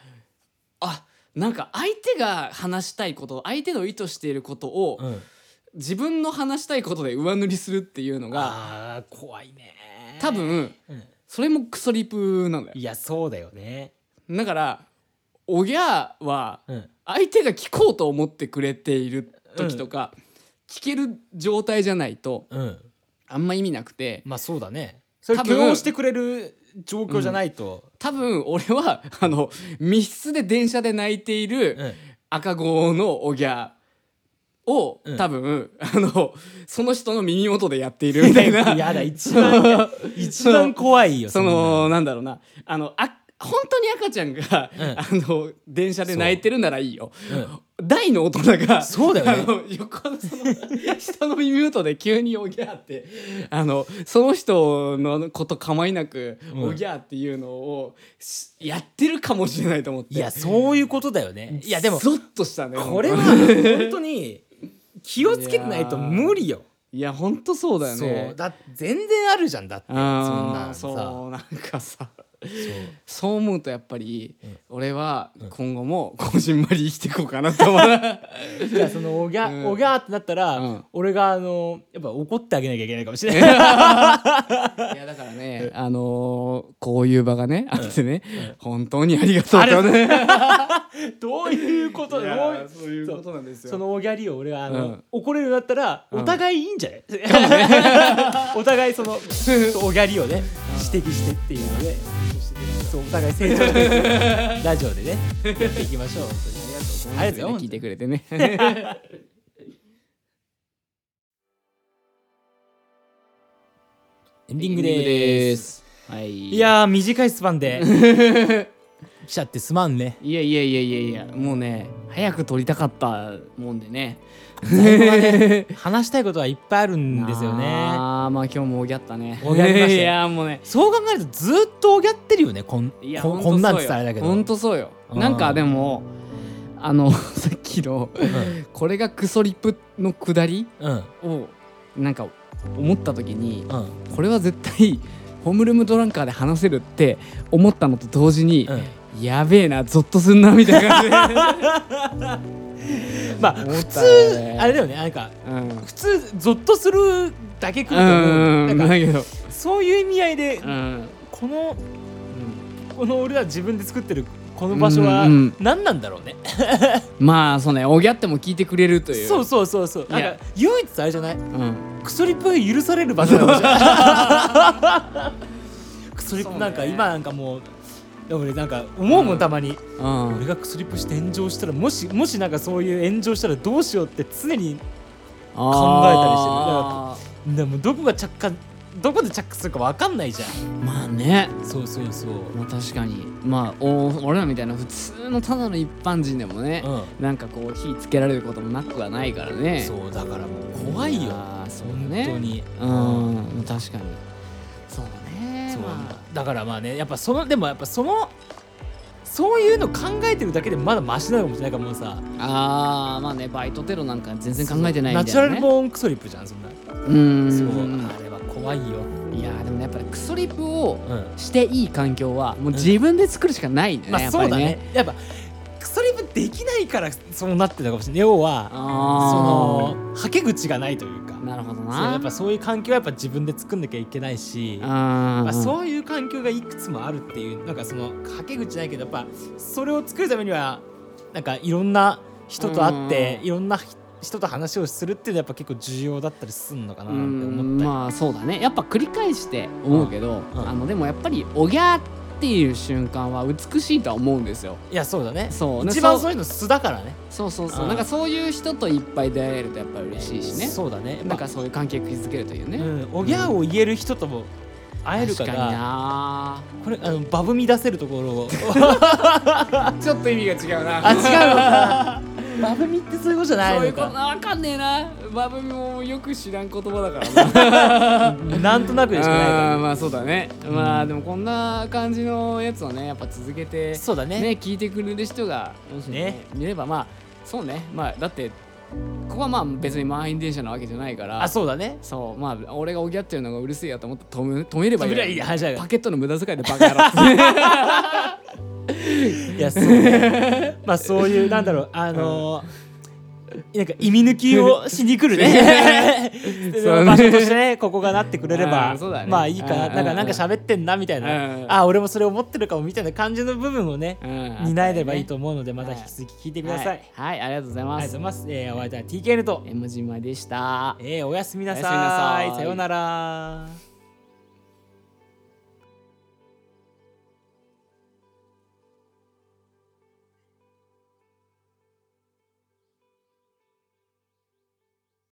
B: あなんか相手が話したいこと相手の意図していることを
C: うん。
B: 自分の話したいことで上塗りするっていうのが
C: ああ怖いね。
B: 多分
C: うん。
B: それもクソリプなんだよ
C: いやそうだよね。
B: だからおぎゃーは
C: うん。
B: 相手が聞こうと思ってくれている時とか、聞ける状態じゃないと
C: うん。
B: あんま意味なくて
C: まあそうだね。
A: それ
B: 多
A: 許
B: 分
A: 容してくれる状況じゃないと、
B: 多分俺はあの密室で電車で泣いている
C: うん。
B: 赤子のおぎゃを
C: うん
B: 多分、あのその人の耳元でやっているみたいな
C: やだ一
A: 一番一番怖いよ
B: そのなんだろうなあのあ本当に赤ちゃんが、
A: うん
B: あの電車で泣いてるならいいよ
A: うん
B: 大の大人が
A: そうだよね
B: あの横のその下のミュートで急におぎゃーってあのその人のこと構いなく、
A: うん
B: おぎゃーっていうのをしやってるかもしれないと思って
A: いやそういうことだよねいやでも
B: ゾッとしたね
A: これは
B: 本
A: 本当に気をつけてないと無理よ
B: 当いや本当そうだよね
A: そうだ全然あるじゃんだってそん
B: あ
A: な
B: あ
A: んさ
B: そう
A: そ
B: なんかさ
A: う
B: そう思うとやっぱり、
A: ん
B: 俺は今後もこじんまり生きていこうかなと思う
A: じゃあそのおぎゃ、
B: うん
A: おぎゃーってなったら、
B: うん
A: 俺があのやっぱ怒ってあげなきゃいけないかもしれ ない
B: いやだからね、あのーこういう場がねあってね、本当にありがとうとね。
A: どういうこと
B: い
A: どう
B: や
A: いう
B: そういうことなんですよ
A: そのおぎゃりを俺があの、
B: うん
A: 怒れるようになったら
B: うん
A: お互いいいんじゃない、 お互いその おぎゃりをね指摘してっていうので、そうお互い成長して いくラジオでねやっていきましょう本当にありがとうございます
B: ありがとうね聞いてくれてね。
A: エンディングでーす。
B: はい。
A: い
B: い
A: やー短いスパンで 来ちゃってすまんね
B: いやいやいやいやいやもうね早く撮りたかったもんでね。
A: 話したいことはいっぱいあるんですよね
B: ああまあ今日もおぎゃったね。
A: おぎゃりましたよ
B: いやもうね。
A: そう考えるとずーっとおぎゃってるよねこん
B: いや
A: こんこんなんつったらあれだけど
B: 本当そうよ。
A: うん
B: なんかでもあの さっきのこれがクソリップの下り
A: うんうん
B: をなんか思った時に。
A: うん
B: これは絶対ホームルームドランカーで話せるって思ったのと同時に、
A: うん
B: やべえなゾッとすんなみたいな感
A: まあ
B: 思
A: 普
B: っ
A: 通
B: たよね
A: あれだよねなんか
B: じうん
A: 普通ゾッとするだけ来ると思う
B: うん
A: な
B: だ
A: んか
B: けど
A: そういう意味合いで
B: うん
A: このこの俺ら自分で作ってるこの場所は
B: うんうん
A: 何なんだろうね
B: まあそうねおぎゃっても聞いてくれるという
A: そうそうそうそう
B: い
A: な
B: や
A: んか唯一あれじゃない
B: うん
A: クソリップが許される場所なんでし ょクソリッ
B: そう
A: プ
B: ね
A: なんか今なんかもうでも俺なんか思うも
B: うん
A: んたまに、
B: うん
A: 俺がクソリップして炎上したらもしもしなんかそういう炎上したらどうしようって常に
B: あ
A: でもどこが着火どこで着火するかわかんないじゃん
B: ーまあね
A: そうそうそう
B: まあ確かにまあお俺らみたいな普通のただの一般人でもね、
A: う
B: なんかこう火つけられることもなくはないからね
A: そうだからもう怖いよ
B: あーそうだ
A: 本
B: ね
A: 当に
B: うん確かにそうだね
A: そう
B: まあ
A: だからまあねやっぱそのでもやっぱそのそういうの考えてるだけでまだマシなのかもしれないからもうさ
B: あーまあねバイトテロなんか全然考えてない
A: ナ
B: み
A: チ
B: たい
A: ュ
B: な、ね、
A: ラルボーンクソリップじゃんそんな
B: うーん
A: そうあれは怖いよ
B: いやーでもねやっぱりクソリップを
A: うん
B: していい環境はもう自分で作るしかないんだよね、
A: まあ
B: やっ
A: そ
B: ぱ
A: う
B: り
A: だね
B: ね
A: やっぱクソリップできないからそうなってたかもしれない要はそ
B: あ
A: のはけ口がないというか
B: あなるほど
A: そう
B: な
A: やっぱそういう環境はやっぱ自分で作んなきゃいけないし
B: あ
A: ま
B: ー
A: あ、そういう環境がいくつもあるっていうなんかそのはけ口ないけどやっぱそれを作るためにはなんかいろんな人と会って
B: うん
A: いろんなひ人と話をするっていうのはやっぱ結構重要だったりすんのかな
B: う
A: っ
B: ー
A: て思
B: ん
A: ったり、
B: まあそうだねやっぱ繰り返して思うけど、
A: うん
B: あのでもやっぱりおぎゃーっていう瞬間は美しいとは思うんですよ
A: いやそうだね
B: そうね
A: 一番
B: そ
A: そういうの素だからね
B: そうそうそううんなんかそういう人といっぱい出会えるとやっぱり嬉しいしね
A: そうだね
B: なんかそういう関係築けるというね、
A: うん、おぎゃーを言える人とも会えるか
B: 確かに
A: ら
B: な
A: これあのバブみ出せるところを
B: ちょっと意味が違うな
A: あ違うのかバブみってそういうことじゃない
B: そうい
A: の
B: うこと
A: か
B: なわかんねえなバブミもよく知らん言葉だからな
A: なんとなくでしかない
B: あ ー
A: か
B: まあ そうだね、まあでもこんな感じのやつをねやっぱ続けて
A: らそうだね
B: ね聞いてくれる人がもしね見ればまあそうねまあだってここはまあ別に満員電車なわけじゃないから
A: あそうだね
B: そうまあ俺がおぎゃってるのがうるせえやと思って止め止めればいい
A: 止めりゃいいや話だから
B: パケットの無駄遣いでバカ野郎
A: いやそうねまあそういうなんだろうあのーなんか意味抜きをしに来る ね
B: そうね
A: 場所としてねここがなってくれれば
B: あーそうだね
A: まあいいかな
B: うん
A: なんかなんか喋ってんなみたい
B: うん
A: なあー俺もそれ思ってるかもみたいな感じの部分をね
B: うん
A: 担えればいいと思うのでまた引き続き聞いてください、
B: はい、はい、ありがとうござい
A: あ
B: ま
A: りがと
B: す
A: うございます、えー、お相手は TKN と、
B: M 島でした
A: えー、おやすみな
B: おやすみな
A: さ
B: さ
A: い
B: い
A: さようなら